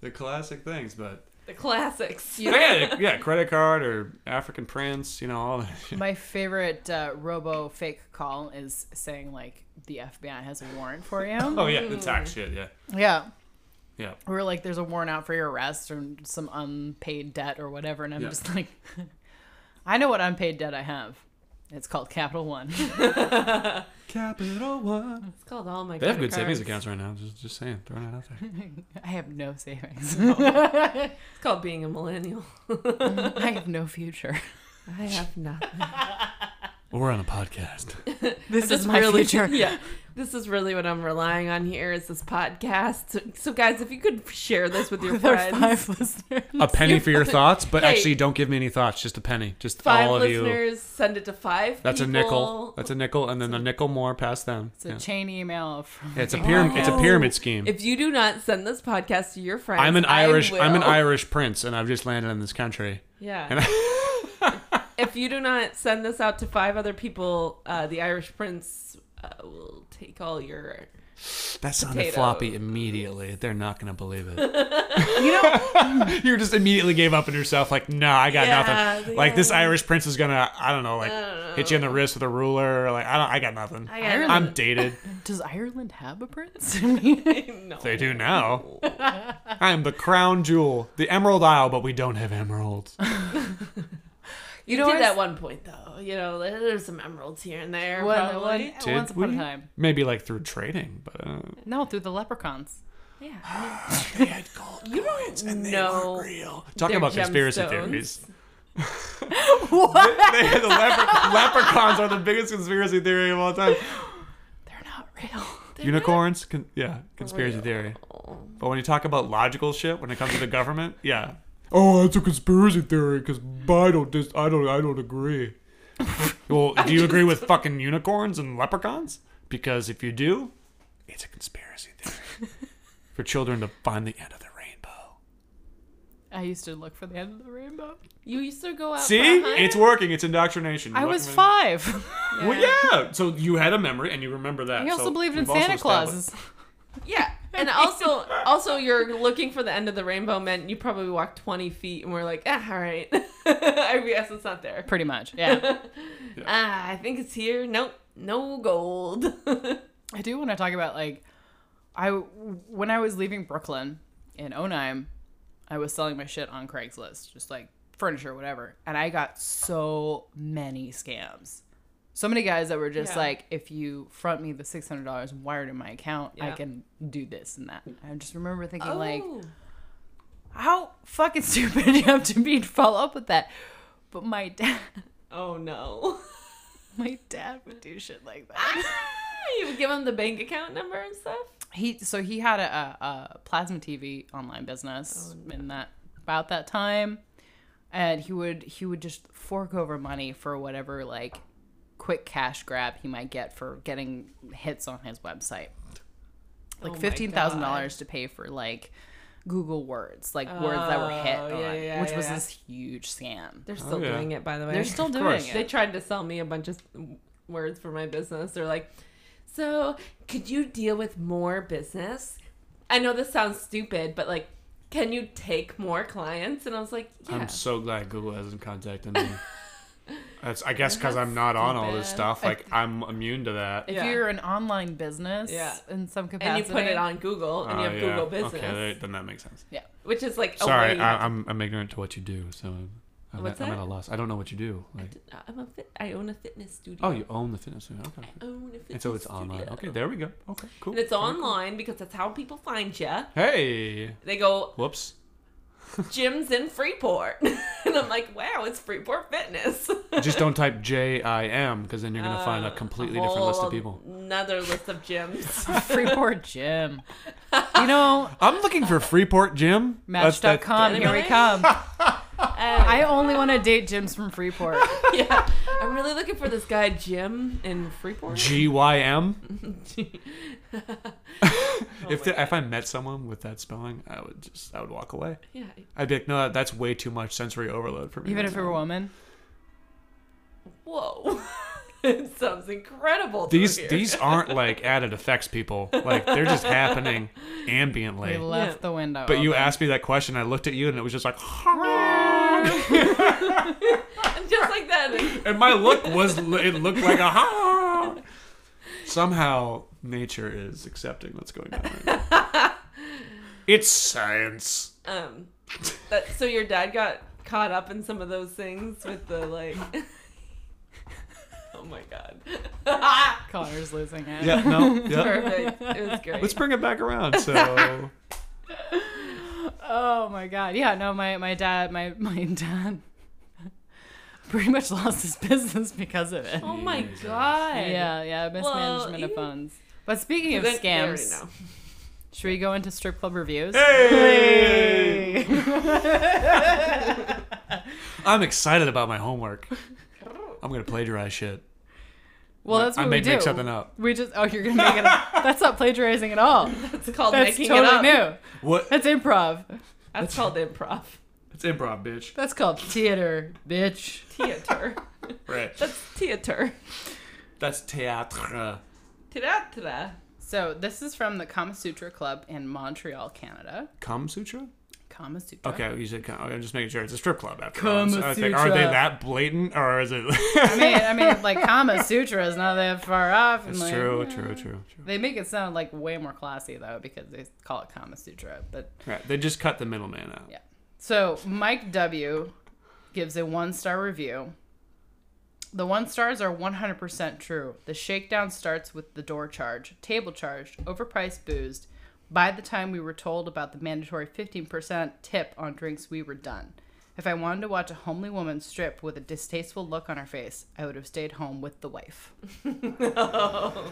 Speaker 3: the classic things. But
Speaker 2: The classics. (laughs)
Speaker 3: yeah, yeah, credit card or African prince, you know all that. shit.
Speaker 1: my favorite uh, robo fake call is saying like the FBI has a warrant for (laughs) you.
Speaker 3: Oh yeah, the
Speaker 2: Mm.
Speaker 3: tax shit. Yeah,
Speaker 1: Yeah.
Speaker 3: yeah.
Speaker 1: Or like there's a warrant out for your arrest or some unpaid debt or whatever, and I'm
Speaker 3: Yeah.
Speaker 1: just like, (laughs) I know what unpaid debt I have. It's called Capital One. (laughs)
Speaker 3: Capital One.
Speaker 2: It's called all my
Speaker 3: They have good
Speaker 2: credit
Speaker 3: savings
Speaker 2: cards.
Speaker 3: accounts right now. Just, just saying, throwing it out there.
Speaker 1: I have no savings. (laughs)
Speaker 2: It's called being a millennial.
Speaker 1: I have no future.
Speaker 2: I (laughs) have nothing.
Speaker 3: We're on a
Speaker 2: (laughs)
Speaker 3: podcast.
Speaker 1: This
Speaker 2: This
Speaker 1: is my
Speaker 2: really,
Speaker 1: future. (laughs)
Speaker 2: (laughs) Yeah. This is really what I'm relying on here is this podcast. So, so guys, if you could share this with
Speaker 1: (laughs)
Speaker 2: your
Speaker 1: With our
Speaker 2: friends.
Speaker 1: five listeners.
Speaker 3: A penny for
Speaker 2: (laughs)
Speaker 3: your thoughts, but
Speaker 2: Hey.
Speaker 3: actually, don't give me any thoughts. Just a penny. Just
Speaker 2: Five
Speaker 3: all of you.
Speaker 2: listeners, send it to five.
Speaker 3: That's a nickel.
Speaker 2: people.
Speaker 3: That's a nickel, and then a nickel more past them.
Speaker 1: It's a
Speaker 3: Yeah.
Speaker 1: chain email from
Speaker 3: Yeah, it's a pyramid. It's a pyramid scheme.
Speaker 2: If you do not send this podcast to your friends,
Speaker 3: I'm an Irish.
Speaker 2: I
Speaker 3: I'm an
Speaker 2: will.
Speaker 3: Irish prince, and I've just landed in this country. And
Speaker 2: Yeah.
Speaker 3: I,
Speaker 2: (laughs) if you do not send this out to five other people, uh, the Irish Prince uh, will take all your.
Speaker 3: that sounded
Speaker 2: Potato.
Speaker 3: floppy immediately. They're not gonna believe
Speaker 2: (laughs)
Speaker 3: it.
Speaker 1: You know,
Speaker 3: (laughs) you just immediately gave up on yourself. Like, no, I got
Speaker 2: Yeah,
Speaker 3: nothing. Like this
Speaker 2: yeah.
Speaker 3: Irish prince is gonna. I don't know. Like
Speaker 2: don't
Speaker 3: hit you in the wrist with a ruler. Like I don't. I got nothing.
Speaker 2: I
Speaker 1: got
Speaker 2: got
Speaker 3: I'm dated.
Speaker 1: does Ireland have a prince? (laughs)
Speaker 2: (laughs) no.
Speaker 3: They do now. I am the crown jewel, the emerald isle, but we don't have emeralds.
Speaker 2: You
Speaker 1: know
Speaker 2: did
Speaker 1: what's-
Speaker 2: that one point though. You know, there- there's some emeralds here and there.
Speaker 1: One-
Speaker 2: probably.
Speaker 1: one- Once upon a time.
Speaker 3: Maybe like through trading, but uh,
Speaker 1: No, through the leprechauns.
Speaker 2: Yeah.
Speaker 3: they had gold
Speaker 2: You don't know.
Speaker 3: real. Talk
Speaker 2: They're
Speaker 3: about conspiracy
Speaker 2: gemstones.
Speaker 3: (laughs) theories. what? They, the lepre- leprechauns are the biggest conspiracy theory of all time.
Speaker 1: They're not real.
Speaker 3: Unicorns, con- yeah, conspiracy
Speaker 2: real.
Speaker 3: theory. But when you talk about logical shit, when it comes to the government, yeah. Oh, that's a conspiracy theory because I don't dis- I don't I don't agree. (laughs) well, do you agree with fucking unicorns and leprechauns? Because if you do, it's a conspiracy (laughs) theory for children to find the end of the rainbow.
Speaker 1: I used to look for the end of the rainbow.
Speaker 2: You used to go out.
Speaker 3: See,
Speaker 2: Uh, for a hunt?
Speaker 3: it's working. It's indoctrination.
Speaker 1: I
Speaker 3: You're
Speaker 1: was
Speaker 3: welcome in.
Speaker 1: five. (laughs)
Speaker 3: Well, yeah. So you had a memory and you remember that.
Speaker 1: I also
Speaker 3: So
Speaker 1: believed in
Speaker 3: we've also
Speaker 1: Santa
Speaker 3: established-
Speaker 1: Claus.
Speaker 2: Yeah, and also, also, you're looking for the end of the rainbow meant you probably walked 20 feet, and we're like, ah, all right, (laughs) I guess it's not there.
Speaker 1: Pretty much, yeah.
Speaker 2: Ah, I think it's here. Nope, no gold. (laughs) Oh.
Speaker 1: I do want to talk about like, I when I was leaving Brooklyn in Anaheim, I was selling my shit on Craigslist, just like furniture, whatever, and I got so many scams. So many guys that were just
Speaker 2: Yeah.
Speaker 1: like, if you front me the six hundred dollars wired in my account, I
Speaker 2: Yeah. Oh.
Speaker 1: can do this and that. I just remember thinking like, how fucking (laughs) stupid do you have to be to follow up with that? But my dad,
Speaker 2: oh no.
Speaker 1: (laughs)
Speaker 2: (laughs)
Speaker 1: my dad would do shit like that.
Speaker 2: you would give him the bank account number and stuff.
Speaker 1: he so he had a, a, a plasma TV online
Speaker 2: Oh,
Speaker 1: business in that about that time, and he would he would just fork over money for whatever like quick cash grab he might get for getting hits on his website, like
Speaker 2: Oh my
Speaker 1: fifteen thousand dollars to pay for like Google words, like words that were hit
Speaker 2: Oh,
Speaker 1: on,
Speaker 2: yeah, yeah,
Speaker 1: which
Speaker 2: yeah,
Speaker 1: was
Speaker 2: yeah.
Speaker 1: this huge scam.
Speaker 2: They're still
Speaker 3: Oh, yeah.
Speaker 2: doing it, by the way.
Speaker 1: They're still doing
Speaker 3: course.
Speaker 1: it.
Speaker 2: They tried to sell me a bunch of words for my business. They're like, so could you deal with more business? I know this sounds stupid, but like, can you take more clients? And I was like, yeah.
Speaker 3: I'm so glad Google hasn't contacted
Speaker 2: (laughs)
Speaker 3: me. That's I guess because I'm not on all this
Speaker 2: bad.
Speaker 3: stuff. Like I'm immune to that.
Speaker 1: if
Speaker 2: Yeah.
Speaker 1: you're an online business
Speaker 2: Yeah.
Speaker 1: in some
Speaker 2: and
Speaker 1: capacity,
Speaker 2: you put it on Google and you
Speaker 3: Oh,
Speaker 2: have
Speaker 3: yeah.
Speaker 2: Google Business,
Speaker 3: Okay, there- then that makes sense.
Speaker 1: yeah.
Speaker 2: which is like, a
Speaker 3: Sorry,
Speaker 2: way
Speaker 3: I, I'm I'm ignorant to what you do, so I'm,
Speaker 2: What's
Speaker 3: at, I'm
Speaker 2: that?
Speaker 3: at a loss. I don't know what you do. Like,
Speaker 2: I'm a fit, I own a fitness studio.
Speaker 3: oh, you own the fitness studio. Okay.
Speaker 2: own a fitness
Speaker 3: And so it's online.
Speaker 2: studio.
Speaker 3: Okay, there we go. Okay, cool.
Speaker 2: And it's
Speaker 3: Very cool.
Speaker 2: online because that's how people find you.
Speaker 3: Hey,
Speaker 2: They go,
Speaker 3: whoops.
Speaker 2: gyms in Freeport. (laughs) and I'm like, wow, it's Freeport Fitness. (laughs)
Speaker 3: Just don't type J I M because then you're gonna find
Speaker 1: Oh,
Speaker 3: a completely different list of people.
Speaker 2: Uh, Another list of gyms.
Speaker 3: (laughs)
Speaker 2: (laughs)
Speaker 1: Freeport Gym. (laughs) You know,
Speaker 3: I'm looking for Freeport Gym. That's- that's-
Speaker 1: Match.com, here we
Speaker 2: Anybody?
Speaker 1: come. I
Speaker 2: I,
Speaker 1: only want to date gyms from Freeport.
Speaker 2: yeah, I'm really looking for this guy Jim in
Speaker 3: (laughs)
Speaker 2: Freeport.
Speaker 3: G Y M.
Speaker 1: (laughs)
Speaker 3: If the, if I met someone with that spelling, I would just I would walk away.
Speaker 2: yeah,
Speaker 3: I'd be like, no, that's way too much sensory overload for me.
Speaker 1: (laughs) Even
Speaker 3: right
Speaker 1: if you're a
Speaker 3: now."
Speaker 1: woman.
Speaker 2: whoa, (laughs) it sounds incredible. through
Speaker 3: These
Speaker 2: here.
Speaker 3: these aren't like added effects, people. Like they're just
Speaker 1: (laughs)
Speaker 3: happening
Speaker 1: We
Speaker 3: ambiently.
Speaker 1: left
Speaker 2: Yeah.
Speaker 1: the window.
Speaker 3: But you
Speaker 1: open.
Speaker 3: asked me that question. I looked at you, and it was just like, (laughs)
Speaker 2: And (laughs) just like that.
Speaker 3: and my look was it looked like a ha. Somehow nature is accepting what's going on. Right now. It's science.
Speaker 2: Um, that, so your dad got caught up in some of those things with the like. (laughs) oh my god. (laughs)
Speaker 1: Connor's losing it.
Speaker 3: Yeah. No.
Speaker 1: (laughs)
Speaker 3: Yeah.
Speaker 2: Perfect. It was great.
Speaker 3: Let's bring it back around. So.
Speaker 1: Oh my god. Yeah, no, my, my dad, my, (laughs) my dad pretty much lost his business because of it.
Speaker 2: oh my
Speaker 3: Jesus.
Speaker 2: god.
Speaker 1: Yeah, yeah, mismanagement of
Speaker 2: you-
Speaker 1: funds. But speaking of
Speaker 2: Then- they already
Speaker 1: scams,
Speaker 2: know.
Speaker 1: should we go into strip club reviews?
Speaker 3: Hey! I'm excited about my homework. I'm gonna plagiarize shit.
Speaker 1: (laughs) Well, that's what
Speaker 3: I
Speaker 1: we
Speaker 3: may
Speaker 1: do.
Speaker 3: make something up.
Speaker 1: We just oh, you're gonna make it up. That's not plagiarizing at all.
Speaker 2: It's called
Speaker 1: That's
Speaker 2: making
Speaker 1: totally
Speaker 2: it up.
Speaker 1: new.
Speaker 3: What?
Speaker 1: That's improv.
Speaker 2: That's called improv (laughs)
Speaker 3: It's improv, bitch.
Speaker 1: That's called theater, bitch.
Speaker 2: theater.
Speaker 3: Right.
Speaker 2: That's theater.
Speaker 3: That's theatre.
Speaker 2: (laughs) Ta-da-ta-da.
Speaker 1: So this is from the Kama Sutra Club in Montreal, Canada.
Speaker 3: Kama Sutra?
Speaker 1: Kama Sutra.
Speaker 3: Okay, you said Kama. I'm just making sure it's a strip club after
Speaker 1: Kama
Speaker 3: all. So I was like, are they
Speaker 1: Sutra.
Speaker 3: that blatant or is it? (laughs)
Speaker 1: I mean, I mean, like Kama Sutra is not that far off. and,
Speaker 3: it's
Speaker 1: like,
Speaker 3: true, true, true, true.
Speaker 1: They make it sound like way more classy though because they call it Kama Sutra. But
Speaker 3: Right. They just cut the middleman out.
Speaker 1: yeah. So Mike W gives a one star review The one stars are 100% true. The shakedown starts with the door charge, table charge, overpriced boozed. By the time we were told about the mandatory 15% tip on drinks, we were done. If I wanted to watch a homely woman strip with a distasteful look on her face, I would have stayed home with the wife.
Speaker 2: Oh,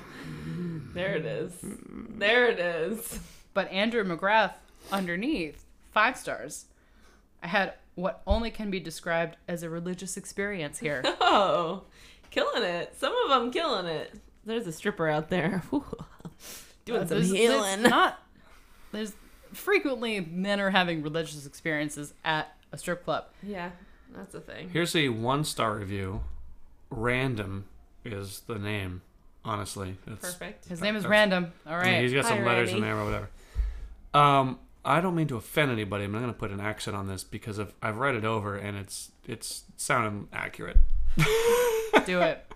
Speaker 2: there it is. There it is.
Speaker 1: But Andrew McGrath, underneath, five stars. I had what only can be described as a religious experience here.
Speaker 2: Oh, killing it. Some of them killing it. There's a stripper out there (laughs) Whew. doing some
Speaker 1: There's- there's
Speaker 2: healing. (laughs)
Speaker 1: not there's frequently men are having religious experiences at a strip club.
Speaker 2: yeah, that's a thing.
Speaker 3: Here's a one star review. Random is the name. Honestly, it's,
Speaker 2: Perfect.
Speaker 1: His name is
Speaker 3: That's-
Speaker 1: Random. All
Speaker 3: I mean,
Speaker 1: right.
Speaker 3: he's got
Speaker 2: Hi,
Speaker 3: some letters in
Speaker 2: Randy.
Speaker 3: there or whatever. Um, I don't mean to offend anybody, but I'm going to put an accent on this because I've, I've read it over and it's it's sounding accurate.
Speaker 1: Do it. (laughs)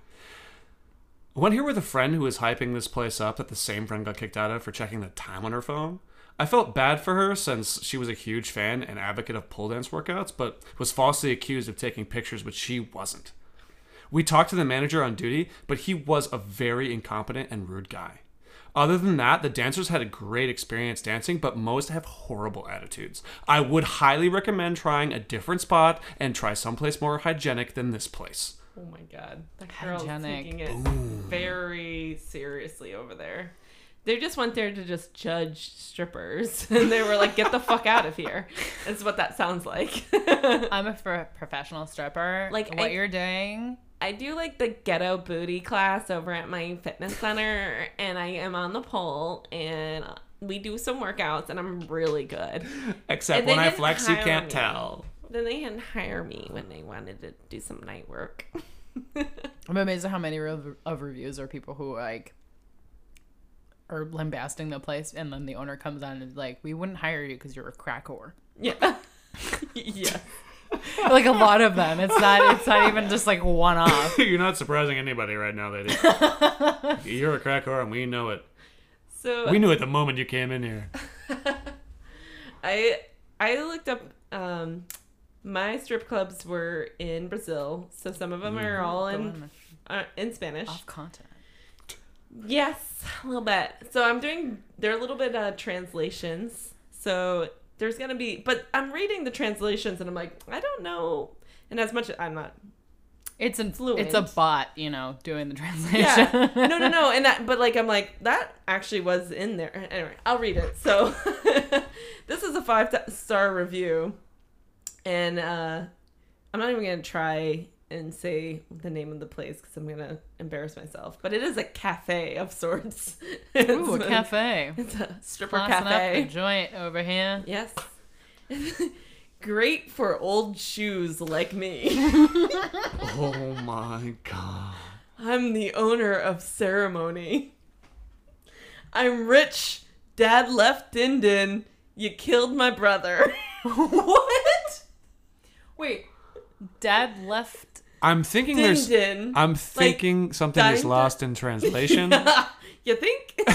Speaker 3: When here with a friend who was hyping this place up that the same friend got kicked out of for checking the time on her phone. I felt bad for her since she was a huge fan and advocate of pole dance workouts, but was falsely accused of taking pictures, but she wasn't. We talked to the manager on duty, but he was a very incompetent and rude guy. Other than that, the dancers had a great experience dancing, but most have horrible attitudes. I would highly recommend trying a different spot and try someplace more hygienic than this place.
Speaker 2: Oh my god, that girl's
Speaker 1: Hygienic.
Speaker 2: taking it very seriously over there. They just went there to just judge strippers, (laughs) and they were like, "Get the fuck out of here." Is what that sounds like. (laughs)
Speaker 1: I'm a pro- professional stripper.
Speaker 2: Like,
Speaker 1: what
Speaker 2: I-
Speaker 1: you're doing.
Speaker 2: I do like the ghetto booty class over at my fitness center, and I am on the pole, and we do some workouts, and I'm really good.
Speaker 3: Except
Speaker 2: And they
Speaker 3: when I
Speaker 2: didn't
Speaker 3: flex, you
Speaker 2: hire
Speaker 3: can't
Speaker 2: me.
Speaker 3: tell.
Speaker 2: Then they didn't hire me when they wanted to do some
Speaker 3: (laughs)
Speaker 2: night work.
Speaker 4: I'm amazed at how many rev- of reviews are people who like are lambasting the place, and then the owner comes on and is like, "We wouldn't hire you because you're a crack
Speaker 1: (laughs)
Speaker 4: whore."
Speaker 2: (laughs) yeah. yeah.
Speaker 4: like a lot of them. It's not. It's not even just like one off.
Speaker 3: (laughs) You're not surprising anybody right now,
Speaker 2: (laughs)
Speaker 3: lady. You're a crack whore, and we know it.
Speaker 2: So
Speaker 3: We knew it the moment you came in here.
Speaker 2: I I looked up um my strip clubs were in Brazil, so some of them are all in uh, in Spanish.
Speaker 4: off content.
Speaker 2: Yes, a little bit. So I'm doing they're a little bit uh translations. So there's going to be but I'm reading the translations and I'm like, I don't know. And as much
Speaker 1: (laughs)
Speaker 2: I'm not
Speaker 1: It's in
Speaker 2: Fluent.
Speaker 1: It's a bot, you know, doing the translation.
Speaker 2: Yeah. No, no, no. And that, but like, I'm like, that actually was in there. Anyway, I'll read it. So, (laughs) this is a five t- star review. And uh, I'm not even going to try and say the name of the place because I'm going to embarrass myself. But it is a cafe of sorts. (laughs)
Speaker 1: Ooh, a
Speaker 2: It's
Speaker 1: cafe.
Speaker 2: (laughs) It's a stripper
Speaker 1: Classing
Speaker 2: cafe.
Speaker 1: up the joint over here.
Speaker 2: Yes. (laughs) Great for old shoes like me.
Speaker 1: (laughs)
Speaker 3: Oh my god.
Speaker 2: I'm the owner of ceremony. I'm rich. Dad left Dindin. You killed
Speaker 1: (laughs)
Speaker 2: my brother. what?
Speaker 1: Wait, Dad left.
Speaker 3: I'm thinking there's.
Speaker 2: Dindin.
Speaker 3: I'm thinking something is
Speaker 2: dying-
Speaker 3: lost in
Speaker 2: (laughs)
Speaker 3: translation.
Speaker 1: (laughs)
Speaker 2: you think? (laughs)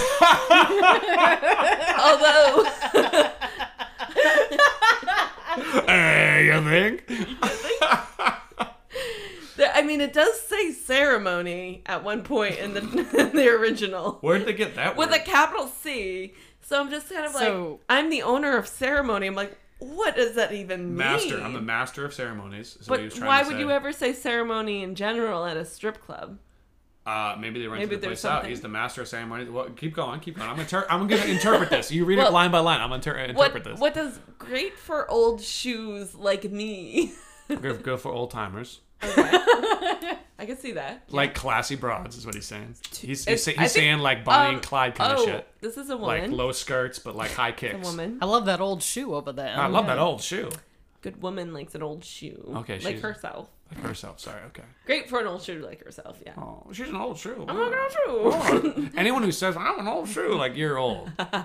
Speaker 2: Although,
Speaker 3: hey, you think?
Speaker 2: there- I mean, it does say ceremony at one point in the (laughs) in the original
Speaker 3: Where'd they get
Speaker 2: (laughs)
Speaker 3: that
Speaker 2: with a capital C. So I'm just kind of like,
Speaker 1: So-
Speaker 2: I'm the owner of ceremony. I'm like, what does that even mean?
Speaker 3: Master. I'm the master of ceremonies. Is what he
Speaker 2: But
Speaker 3: was trying
Speaker 2: why
Speaker 3: to
Speaker 2: would
Speaker 3: say.
Speaker 2: you ever say ceremony in general at a strip club?
Speaker 3: Uh, maybe they rented
Speaker 2: Maybe
Speaker 3: the place
Speaker 2: there's
Speaker 3: out.
Speaker 2: something.
Speaker 3: He's the master of ceremonies. Well, keep going, keep going. I'm, inter- I'm
Speaker 2: (laughs)
Speaker 3: gonna interpret this. You read it
Speaker 2: Well,
Speaker 3: line by line. I'm gonna inter- interpret
Speaker 2: What
Speaker 3: this.
Speaker 2: what does great for old shoes like me? (laughs)
Speaker 3: Go, go for old timers.
Speaker 2: I can see that.
Speaker 3: Like classy broads is what he's saying. He's, he's,
Speaker 2: It's-
Speaker 3: he's
Speaker 2: I think-
Speaker 3: saying like Bonnie
Speaker 2: Um,
Speaker 3: and Clyde kind of
Speaker 2: oh,
Speaker 3: shit.
Speaker 2: This is a
Speaker 3: Like
Speaker 2: woman.
Speaker 3: low skirts, but like high
Speaker 2: a
Speaker 3: kicks.
Speaker 2: woman.
Speaker 1: I love that old shoe over there.
Speaker 3: I love
Speaker 2: (laughs)
Speaker 3: that old shoe.
Speaker 2: Good woman likes an old shoe.
Speaker 3: Okay,
Speaker 2: Like
Speaker 3: she's-
Speaker 2: herself.
Speaker 3: Like herself. Sorry. Okay.
Speaker 2: Great for an old shoe like herself, yeah.
Speaker 3: Oh, she's an old shoe.
Speaker 2: I'm like an old shoe.
Speaker 3: Anyone who says I'm an old shoe, like you're
Speaker 2: (laughs)
Speaker 3: old. No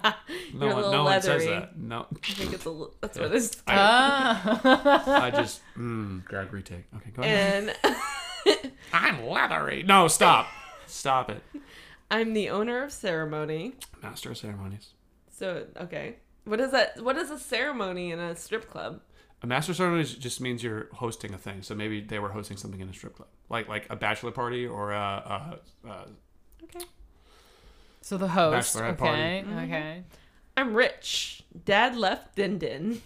Speaker 2: You're a
Speaker 3: one,
Speaker 2: little
Speaker 3: no one says
Speaker 2: leathery.
Speaker 3: that.
Speaker 2: (laughs)
Speaker 3: No,
Speaker 2: (laughs) I think it's a li- that's where this
Speaker 3: I,
Speaker 1: Ah.
Speaker 3: I just mm, grab retake. Okay, go ahead.
Speaker 2: and (laughs) Eh.
Speaker 3: I'm leathery. No, stop, stop it.
Speaker 2: I'm the owner of ceremony.
Speaker 3: Master of ceremonies.
Speaker 2: So okay. What is that what is a ceremony in a strip club?
Speaker 3: A master ceremony is- just means you're hosting a thing. So maybe they were hosting something in a strip club, like like a bachelor party or a, a, a
Speaker 2: Okay.
Speaker 1: So the host.
Speaker 3: Bachelorette
Speaker 1: Okay.
Speaker 3: party.
Speaker 1: Mm-hmm. Okay.
Speaker 2: I'm rich. Dad left Din Din.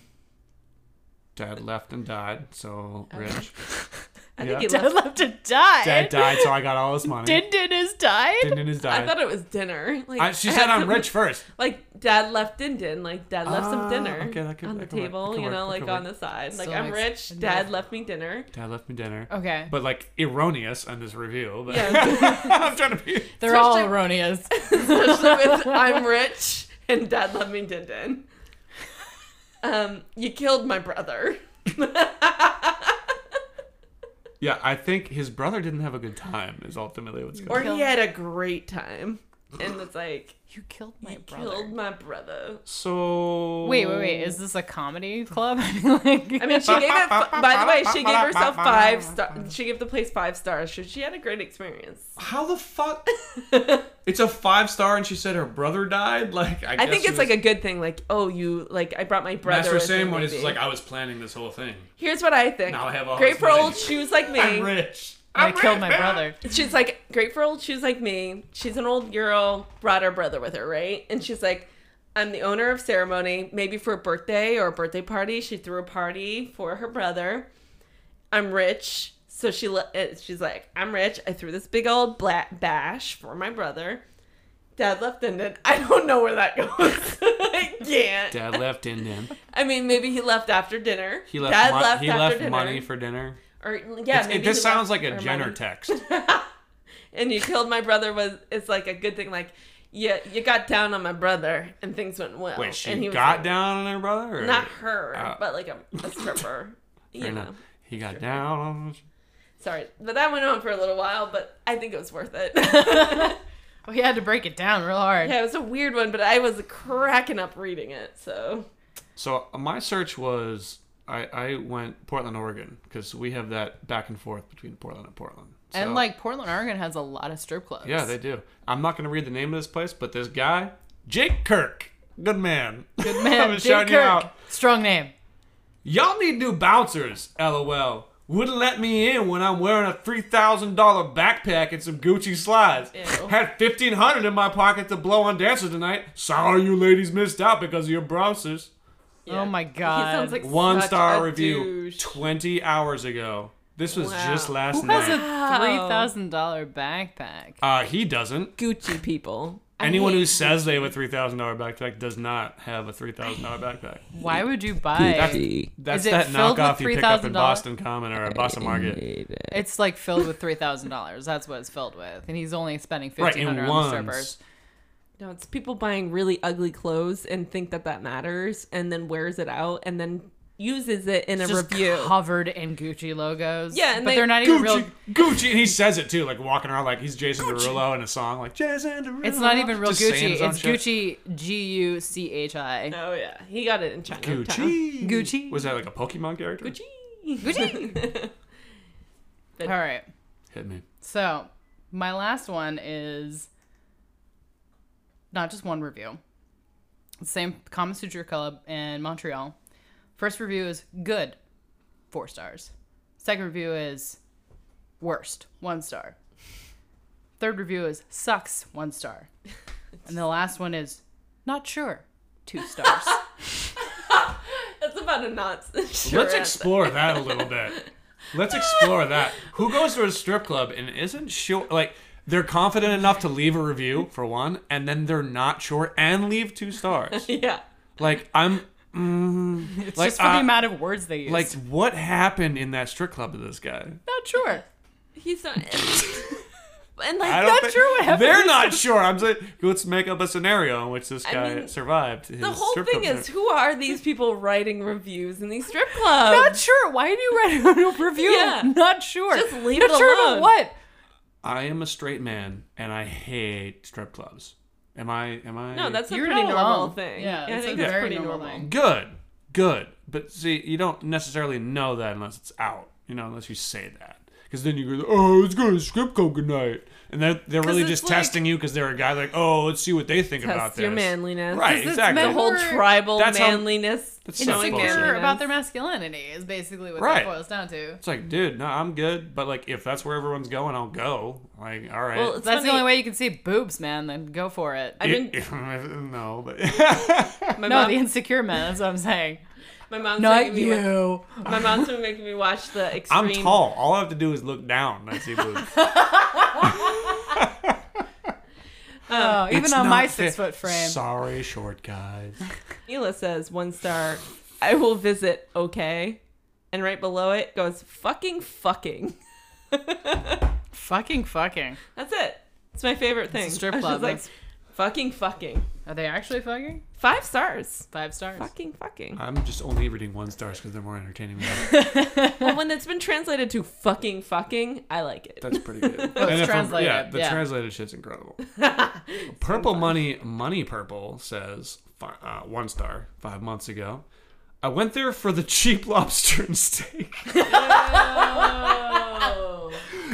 Speaker 3: dad left and died. So
Speaker 2: Oh. (laughs)
Speaker 3: rich.
Speaker 2: I
Speaker 3: Yeah.
Speaker 2: think
Speaker 1: (laughs)
Speaker 2: he
Speaker 1: Dad
Speaker 2: left.
Speaker 1: left to die.
Speaker 3: Dad died, so I got all this money.
Speaker 1: Din Din is died.
Speaker 3: Din Din is
Speaker 2: I
Speaker 3: died.
Speaker 2: thought it was dinner. (laughs) Like
Speaker 3: I- she
Speaker 2: I
Speaker 3: said
Speaker 2: had
Speaker 3: I'm
Speaker 2: some- (laughs)
Speaker 3: rich first.
Speaker 2: Like dad left Din Din. Like dad left
Speaker 3: Ah,
Speaker 2: some dinner
Speaker 3: okay, that could-
Speaker 2: on
Speaker 3: that could work,
Speaker 2: the
Speaker 3: that
Speaker 2: table.
Speaker 3: could
Speaker 2: You
Speaker 3: work,
Speaker 2: know,
Speaker 3: that
Speaker 2: like
Speaker 3: could
Speaker 2: on
Speaker 3: work.
Speaker 2: the side. Like
Speaker 1: Still
Speaker 2: I'm
Speaker 1: makes-
Speaker 2: rich. Dad left
Speaker 3: (laughs)
Speaker 2: me dinner.
Speaker 3: Dad left me dinner.
Speaker 1: Okay.
Speaker 3: But like erroneous on this review. But
Speaker 2: Yeah.
Speaker 3: (laughs)
Speaker 2: (laughs)
Speaker 3: I'm trying to be.
Speaker 1: They're all
Speaker 2: especially-
Speaker 1: erroneous.
Speaker 2: (laughs) Especially with I'm rich and dad left me Din Din. Um, you killed my brother.
Speaker 3: Yeah, I think his brother didn't have a good time. Is ultimately what's going.
Speaker 2: Or
Speaker 3: on.
Speaker 2: he had a great time. And it's like
Speaker 1: You killed
Speaker 2: you killed my brother.
Speaker 3: So
Speaker 1: Wait, wait, wait. Is this
Speaker 3: (laughs)
Speaker 1: a comedy club? (laughs) I mean, like,
Speaker 2: I
Speaker 1: (laughs)
Speaker 2: mean, she gave it. By the way, she gave herself five stars. She gave the place five stars. So she had a great experience.
Speaker 3: how the
Speaker 2: (laughs)
Speaker 3: fuck? it's a five star, and she said her brother died. Like I,
Speaker 2: I think it's like a good thing. Like, oh, you like I brought my brother.
Speaker 3: master
Speaker 2: with me,
Speaker 3: ceremony. It's
Speaker 2: maybe.
Speaker 3: like I was planning this whole thing.
Speaker 2: Here's what I think.
Speaker 3: Now I have all
Speaker 2: great
Speaker 3: this
Speaker 2: for
Speaker 3: money.
Speaker 2: old
Speaker 3: (laughs)
Speaker 2: shoes like
Speaker 3: I'm
Speaker 2: me.
Speaker 3: rich.
Speaker 1: I
Speaker 3: I'm
Speaker 1: killed
Speaker 3: rich,
Speaker 1: my
Speaker 3: man.
Speaker 1: brother.
Speaker 2: She's like great for old shoes like me. She's an old girl. Brought her brother with her, right? And she's like. I'm the owner of ceremony. Maybe for a birthday or a birthday party, she threw a party for her brother. I'm rich. So she le- uh, she's like, I'm rich. I threw this big old bla- bash for my brother. Dad left and then I don't know where that goes. (laughs) I can't.
Speaker 3: Dad left in then.
Speaker 2: I mean, maybe he left after dinner.
Speaker 3: He left.
Speaker 2: Dad
Speaker 3: mon-
Speaker 2: left
Speaker 3: he
Speaker 2: after
Speaker 3: left
Speaker 2: dinner.
Speaker 3: money for dinner.
Speaker 2: or yeah,
Speaker 3: It's-
Speaker 2: maybe
Speaker 3: it, this
Speaker 2: he
Speaker 3: sounds
Speaker 2: left-
Speaker 3: like a
Speaker 2: or
Speaker 3: Jenner
Speaker 2: money. (laughs)
Speaker 3: text.
Speaker 2: and you killed my brother was it's like a good thing. Like yeah, you got down on my brother and things went well.
Speaker 3: Wait, she
Speaker 2: and was
Speaker 3: got
Speaker 2: like-
Speaker 3: down on her brother. Or,
Speaker 2: Not her,
Speaker 3: Uh,
Speaker 2: but like a,
Speaker 3: (laughs)
Speaker 2: a stripper.
Speaker 3: or
Speaker 2: you
Speaker 3: no?
Speaker 2: know.
Speaker 3: He got down on.
Speaker 2: Sorry, but that went on for a little while, but I think it was worth
Speaker 3: (laughs)
Speaker 2: it. yeah,
Speaker 1: we had to break it down real hard.
Speaker 2: it was a weird one, but I was cracking up reading it. So
Speaker 3: So uh, my search was I, I went Portland, Oregon, because we have that back and forth between Portland and Portland. So-
Speaker 1: And like Portland, Oregon has a lot of strip clubs.
Speaker 3: yeah, they do. I'm not gonna read the name of this place, but this guy, Jake Kirk, good man. (laughs) Good
Speaker 1: Man,
Speaker 3: I'm
Speaker 1: Jake
Speaker 3: shouting you
Speaker 1: Kirk,
Speaker 3: out.
Speaker 1: Strong name.
Speaker 3: Y'all need new bouncers. LOL. Wouldn't let me in when I'm wearing a three thousand dollar backpack and some Gucci slides.
Speaker 2: Ew.
Speaker 3: Had fifteen hundred in my pocket to blow on dancers tonight. Sorry, you ladies missed out because of your bouncers.
Speaker 2: yeah.
Speaker 1: Oh my
Speaker 2: he
Speaker 1: god.
Speaker 2: sounds like
Speaker 3: One
Speaker 2: such
Speaker 3: star
Speaker 2: a
Speaker 3: review
Speaker 2: douche.
Speaker 3: 20 hours ago. This was
Speaker 2: Wow.
Speaker 3: just last
Speaker 1: Who has
Speaker 3: night.
Speaker 1: a
Speaker 2: Wow.
Speaker 1: three thousand dollar backpack?
Speaker 3: uh, he doesn't.
Speaker 2: Gucci people.
Speaker 3: Anyone
Speaker 2: I
Speaker 3: who
Speaker 2: hate-
Speaker 3: says they have a three thousand dollar backpack does not have a three thousand dollar backpack.
Speaker 1: Why would you buy?
Speaker 3: That's
Speaker 1: it
Speaker 3: that
Speaker 1: filled
Speaker 3: knockoff
Speaker 1: with
Speaker 3: you pick up in
Speaker 1: $3,000?
Speaker 3: Boston Common or a Boston Market.
Speaker 1: It's like filled with three thousand dollars. That's what it's filled with, and he's only spending
Speaker 3: Right,
Speaker 1: fifteen
Speaker 3: in
Speaker 1: hundred on the
Speaker 3: ones.
Speaker 1: strippers.
Speaker 2: no, it's people buying really ugly clothes and think that that matters, and then wears it out, and then uses it in
Speaker 1: It's
Speaker 2: a
Speaker 1: just
Speaker 2: review.
Speaker 1: covered in Gucci logos.
Speaker 2: Yeah, and
Speaker 1: but
Speaker 2: they-
Speaker 1: they, are not even real.
Speaker 3: Gucci, Gucci, and he says it too, like walking around like he's Jason Derulo in a song, like Jason Derulo.
Speaker 1: It's not even real
Speaker 3: Just saying
Speaker 1: Gucci.
Speaker 3: his own
Speaker 1: It's
Speaker 3: shit.
Speaker 1: Gucci G U C H I.
Speaker 2: oh yeah, he got it in China.
Speaker 3: Gucci.
Speaker 1: Gucci.
Speaker 3: Was that like a Pokemon character?
Speaker 2: Gucci.
Speaker 1: Gucci. All right.
Speaker 3: Hit me.
Speaker 1: So, my last one is not just one review. Same Kama Sutra Club in Montreal. First review is good, four stars. Second review is worst, one star. Third review is sucks, one
Speaker 2: (laughs)
Speaker 1: star. And the last one is not sure, two
Speaker 2: (laughs)
Speaker 1: stars.
Speaker 2: (laughs) That's about a not. Sure
Speaker 3: Let's
Speaker 2: answer.
Speaker 3: explore that a little bit. Let's explore that. Who goes to a strip club and isn't sure, like, they're confident enough to leave a review for one, and then they're not sure and leave two
Speaker 1: (laughs)
Speaker 3: stars.
Speaker 2: Yeah.
Speaker 3: Like, I'm. Mm, like,
Speaker 1: just for
Speaker 3: uh,
Speaker 1: the amount of words they use.
Speaker 3: like, what happened in that strip club to this guy?
Speaker 1: not sure. (laughs)
Speaker 2: He's not. and like
Speaker 3: I
Speaker 2: that's
Speaker 3: think-
Speaker 1: sure what happened
Speaker 3: They're
Speaker 1: in
Speaker 3: not sure. I'm saying, let's make up a scenario in which this
Speaker 2: I
Speaker 3: guy
Speaker 2: mean,
Speaker 3: survived. His
Speaker 2: the whole
Speaker 3: strip
Speaker 2: thing
Speaker 3: club
Speaker 2: is who are these people writing reviews in these strip clubs?
Speaker 1: Not sure. Why do you write a (laughs) review?
Speaker 2: um, Yeah.
Speaker 1: Not sure.
Speaker 2: Just leave
Speaker 1: not
Speaker 2: it
Speaker 1: sure
Speaker 2: alone.
Speaker 1: about what.
Speaker 3: I am a straight man and I hate strip clubs. Am I? Am I?
Speaker 2: No, that's a
Speaker 1: You're
Speaker 2: pretty
Speaker 1: not
Speaker 2: normal
Speaker 1: alone.
Speaker 2: thing.
Speaker 1: Yeah,
Speaker 2: I
Speaker 1: it's
Speaker 2: think
Speaker 1: a
Speaker 2: that's
Speaker 1: very
Speaker 2: pretty
Speaker 1: normal
Speaker 2: normal.
Speaker 1: thing.
Speaker 3: good good but see you don't necessarily know that unless it's out you know unless you say that because then you go oh let's go to strip club good night and they're they're really
Speaker 2: it's
Speaker 3: just
Speaker 2: like-
Speaker 3: testing you because they're a guy like, oh, let's see what they think about
Speaker 2: Test
Speaker 3: this.
Speaker 2: your manliness.
Speaker 3: Right,
Speaker 2: 'Cause it's
Speaker 3: exactly.
Speaker 2: The whole
Speaker 1: Remember-
Speaker 2: tribal
Speaker 3: That's how-
Speaker 2: manliness.
Speaker 3: That's
Speaker 2: It's
Speaker 3: so
Speaker 2: like
Speaker 3: supposed to.
Speaker 2: they're
Speaker 1: Insecure
Speaker 3: Bullshit.
Speaker 1: about their masculinity is basically what
Speaker 3: Right.
Speaker 1: that boils down to.
Speaker 3: It's like, dude, no, I'm good. But like, if that's where everyone's going, I'll go. Like, all right.
Speaker 2: Well, it's
Speaker 1: That's the
Speaker 2: funny.
Speaker 1: only way you can see boobs, man. Then go for it.
Speaker 2: I've
Speaker 3: (laughs)
Speaker 2: been
Speaker 3: no, but
Speaker 2: my
Speaker 1: no,
Speaker 2: mom.
Speaker 1: the insecure men. That's what I'm saying.
Speaker 2: (laughs) my mom's
Speaker 1: Not
Speaker 2: making me. wa-
Speaker 1: you.
Speaker 3: Um,
Speaker 2: My mom's been making me watch the extreme.
Speaker 3: I'm tall. All I have to do is look down. and I see
Speaker 1: (laughs)
Speaker 3: boobs.
Speaker 1: Oh, even
Speaker 3: It's
Speaker 1: on
Speaker 3: not
Speaker 1: my
Speaker 3: fair.
Speaker 1: six foot frame.
Speaker 3: Sorry, short guys.
Speaker 2: Mila says one star. I will visit. Okay, and right below it goes fucking fucking.
Speaker 1: Fucking, fucking.
Speaker 2: That's it. It's my favorite thing.
Speaker 1: It's a strip
Speaker 2: (laughs) I was
Speaker 1: club.
Speaker 2: just like
Speaker 1: that's-
Speaker 2: fucking fucking.
Speaker 1: Are they actually fucking?
Speaker 2: Five stars.
Speaker 1: Five stars.
Speaker 2: Fucking
Speaker 1: Uh,
Speaker 2: fucking.
Speaker 3: I'm just only reading one stars because they're more entertaining. Than
Speaker 2: well, when it's been translated to fucking fucking, I like it.
Speaker 3: That's pretty
Speaker 1: (laughs)
Speaker 3: good. And
Speaker 1: it's
Speaker 3: if I'm-
Speaker 1: translated,
Speaker 3: Yeah, the
Speaker 1: yeah.
Speaker 3: translated shit's
Speaker 1: (laughs)
Speaker 3: incredible. Purple Money Money Purple says fi- uh, one star five months ago. I went there for the cheap (laughs) lobster and
Speaker 1: (laughs)
Speaker 3: steak. you,
Speaker 1: Oh.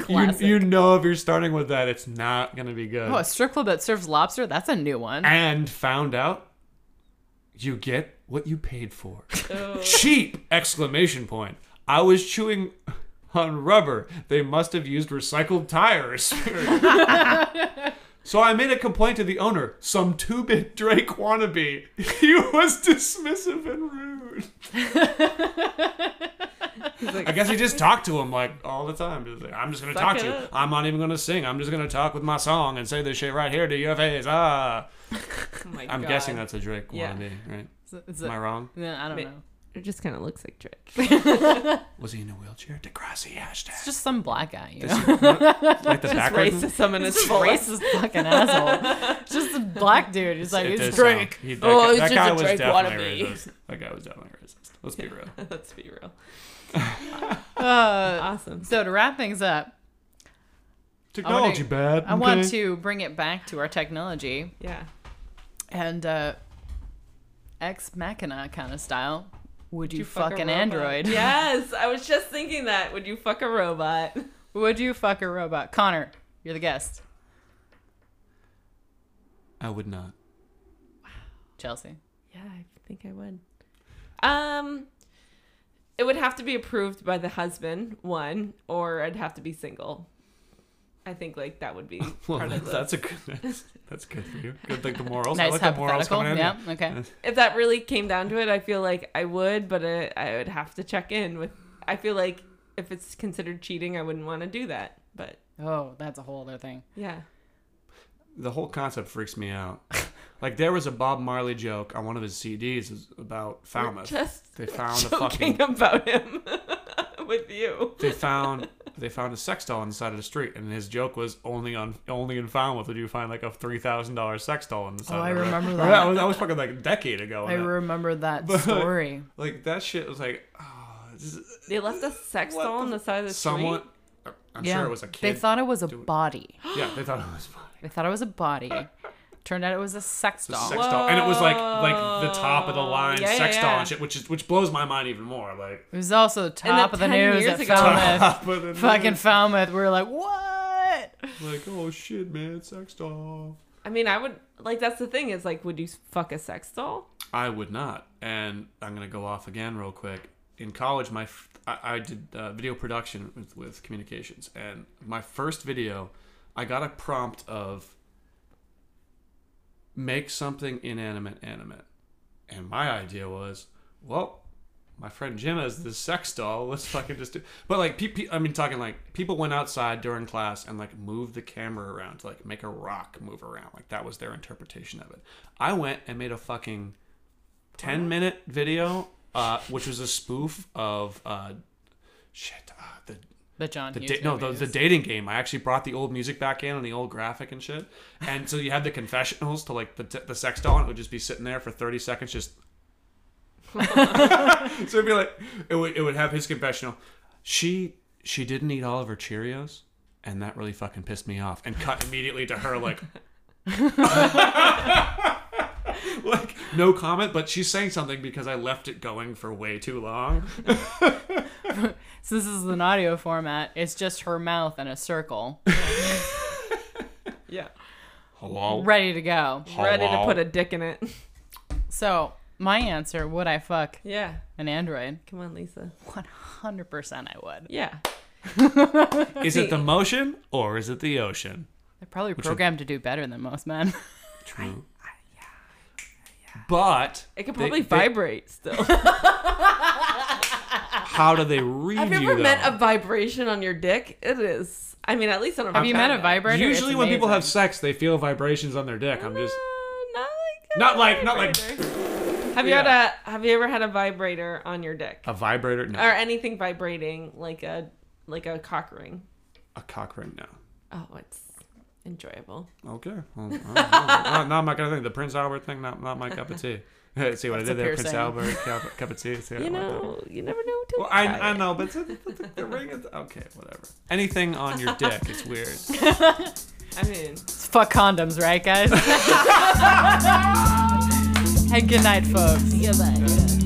Speaker 1: Classic.
Speaker 3: you know, if you're starting with that, it's not gonna be good.
Speaker 1: Oh, a strip club that serves lobster? That's a new one.
Speaker 3: and found out you get what you paid for. Cheap! Exclamation point. I was chewing on rubber. They must have used recycled tires. (laughs) so I made a complaint to the owner, some two bit Drake wannabe. He was dismissive and rude. I guess he just talked to him like all the time. Just like, I'm just gonna talk to you.
Speaker 2: it up.
Speaker 3: I'm not even gonna sing. I'm just gonna talk with my song and say this shit right here to your face. Ah.
Speaker 2: Oh my
Speaker 3: I'm
Speaker 2: God.
Speaker 3: guessing that's a Drake
Speaker 2: Yeah.
Speaker 3: wannabe, right?
Speaker 1: Is it- is
Speaker 3: Am
Speaker 1: it-
Speaker 3: I wrong?
Speaker 1: Yeah, I don't
Speaker 2: Ma-
Speaker 1: know.
Speaker 2: It just kind of looks
Speaker 1: (laughs)
Speaker 2: like Drake.
Speaker 3: Was he in a wheelchair? Degrassi hashtag.
Speaker 1: Just some black guy,
Speaker 3: (laughs)
Speaker 1: you
Speaker 3: This-
Speaker 1: know?
Speaker 3: like the backwards.
Speaker 2: Racism in its voice.
Speaker 1: Racist fucking asshole.
Speaker 3: (laughs)
Speaker 1: Just a black dude. He's like,
Speaker 3: It does
Speaker 1: it's
Speaker 3: sound-
Speaker 1: Drake.
Speaker 3: he- that,
Speaker 2: Oh,
Speaker 3: guy-
Speaker 2: it's
Speaker 3: that
Speaker 2: just
Speaker 3: guy
Speaker 2: a
Speaker 3: was
Speaker 2: Drake
Speaker 3: definitely
Speaker 2: wannabe.
Speaker 3: racist. That guy was definitely racist. Let's be real.
Speaker 2: (laughs) Let's be real.
Speaker 1: Uh,
Speaker 2: Awesome.
Speaker 1: so to wrap things up,
Speaker 3: Technology bad.
Speaker 1: I want to bring it back to our technology
Speaker 2: Yeah.
Speaker 1: and uh, ex machina kind of style. Would you,
Speaker 2: fuck
Speaker 1: fuck
Speaker 2: a
Speaker 1: an
Speaker 2: robot?
Speaker 1: android? (laughs)
Speaker 2: Yes, I was just thinking that. Would you fuck a robot?
Speaker 1: Would you fuck a robot? Connor, you're the guest.
Speaker 3: I would not.
Speaker 1: Chelsea.
Speaker 2: Yeah, I think I would. Um, it would have to be approved by the husband, one, or I'd have to be single. I think like
Speaker 3: (laughs)
Speaker 2: that would be
Speaker 3: Well,
Speaker 2: part of
Speaker 3: that,
Speaker 2: the.
Speaker 3: that's a good. That's, that's good for you. Good like the morals. I like
Speaker 1: Nice
Speaker 3: the morals
Speaker 1: hypothetical.
Speaker 3: coming in.
Speaker 1: Yeah, okay.
Speaker 2: if that really came down to it, I feel like I would, but I, I would have to check in with. I feel like if it's considered cheating, I wouldn't want to do that. But
Speaker 1: Oh, that's a whole other thing.
Speaker 2: yeah,
Speaker 3: the whole concept freaks me out. Like there was a Bob Marley joke on one of his CDs is about Falmouth.
Speaker 2: just
Speaker 3: They found a
Speaker 2: joking (laughs)
Speaker 3: fucking.
Speaker 2: about him with you.
Speaker 3: They found they found a sex doll on the side of the street, and his joke was only on only in Falmouth would you find like a three thousand dollar sex doll on the side.
Speaker 1: Oh, I
Speaker 3: of the road. (laughs)
Speaker 1: remember
Speaker 3: Or
Speaker 1: that.
Speaker 3: was, that was fucking like a decade ago.
Speaker 1: I
Speaker 3: and that-
Speaker 1: remember that
Speaker 3: Oh, (laughs) But-
Speaker 1: story.
Speaker 3: like that shit was like, oh, this is-
Speaker 2: They left a sex
Speaker 3: What
Speaker 2: doll
Speaker 3: the
Speaker 2: on the side of the
Speaker 3: someone.
Speaker 2: street.
Speaker 3: I'm
Speaker 1: yeah.
Speaker 3: sure it was a
Speaker 1: They
Speaker 3: kid.
Speaker 1: thought it was a
Speaker 3: doing-
Speaker 1: body.
Speaker 3: yeah, they thought it was fine.
Speaker 1: They thought it was a body. Turned out it was a sex
Speaker 3: The
Speaker 1: doll.
Speaker 3: sex doll, and it was like like the top of the line
Speaker 2: Oh, Yeah, yeah,
Speaker 3: sex doll
Speaker 2: yeah.
Speaker 3: and shit, which is which blows my mind even more. Like
Speaker 1: it was also top of the
Speaker 2: 10
Speaker 1: news
Speaker 2: years
Speaker 1: at
Speaker 3: (laughs)
Speaker 2: ago.
Speaker 1: Falmouth.
Speaker 3: but then
Speaker 1: Fucking Falmouth. We were like, what?
Speaker 3: like oh shit, man, sex doll.
Speaker 2: I mean, I would like that's the thing is like, would you fuck a sex doll?
Speaker 3: I would not. And I'm gonna go off again real quick. In college, my f- I, I did uh, video production with, with communications, and my first video, I got a prompt of make something inanimate animate, and my idea was, well, my friend Jim has this sex doll. (laughs) Let's fucking just do. But like, pe- pe- I mean, talking like people went outside during class and like moved the camera around to like make a rock move around. Like that was their interpretation of it. I went and made a fucking 10 minute video uh, which was a spoof of uh, shit uh, the
Speaker 1: The John
Speaker 3: the
Speaker 1: Hughes.
Speaker 3: da- no the,
Speaker 1: movies.
Speaker 3: the dating game i actually brought the old music back in and the old graphic and shit and so you had the confessionals to like the, t- the sex doll and it would just be sitting there for 30 seconds just so it'd be like it would, it would have his confessional she she didn't eat all of her cheerios and that really fucking pissed me off and cut immediately to her like (laughs) like no comment but she's saying something because i left it going for way too long
Speaker 1: Since this is an audio format, it's just her mouth in a circle.
Speaker 2: Yeah.
Speaker 3: Hello.
Speaker 1: ready to go.
Speaker 2: Ready to
Speaker 3: Hello?
Speaker 2: put a dick in it. (laughs)
Speaker 1: So my answer: Would I fuck
Speaker 2: Yeah.
Speaker 1: an android?
Speaker 2: Come on, Lisa.
Speaker 1: One hundred percent, I would.
Speaker 2: Yeah.
Speaker 5: Is it the motion or is it the ocean?
Speaker 1: They're probably
Speaker 3: would-
Speaker 1: programmed to do better than
Speaker 5: (laughs)
Speaker 1: most men.
Speaker 3: True.
Speaker 5: But
Speaker 2: It could
Speaker 5: they-
Speaker 2: probably
Speaker 5: they-
Speaker 2: vibrate still.
Speaker 5: how do they read
Speaker 2: (laughs) Have you
Speaker 5: you
Speaker 2: ever
Speaker 5: though?
Speaker 2: met a vibration on your dick? It is. I mean, at least on a
Speaker 1: Have you met a vibrator? It's
Speaker 5: Usually, when people have
Speaker 1: amazing.
Speaker 5: sex, they feel vibrations on their dick. I'm
Speaker 2: Uh,
Speaker 5: just
Speaker 2: not like
Speaker 5: Not like-
Speaker 2: a
Speaker 5: not like-
Speaker 2: vibrator. Have you had a Have you ever had a vibrator on your dick
Speaker 3: A vibrator? No.
Speaker 2: or anything vibrating like a like a cock ring?
Speaker 3: A cock ring? No.
Speaker 2: Oh, it's enjoyable.
Speaker 3: Okay. Well,
Speaker 2: (laughs)
Speaker 3: I am not gonna think the Prince Albert thing. Not not my cup of tea. (laughs) see what I did
Speaker 1: a
Speaker 3: there, Prince
Speaker 1: piercing.
Speaker 3: Albert cup, cup of tea. See what I
Speaker 2: You
Speaker 3: did there?
Speaker 2: know, you never know until
Speaker 3: Well,
Speaker 2: you
Speaker 3: I,
Speaker 2: try
Speaker 3: I
Speaker 2: it.
Speaker 3: know, but the, the, the ring is okay. Whatever. Anything on your dick, it's weird.
Speaker 2: I mean,
Speaker 1: fuck
Speaker 5: (laughs)
Speaker 1: condoms, right, guys? (laughs) hey, good night, folks.
Speaker 2: yeah, but.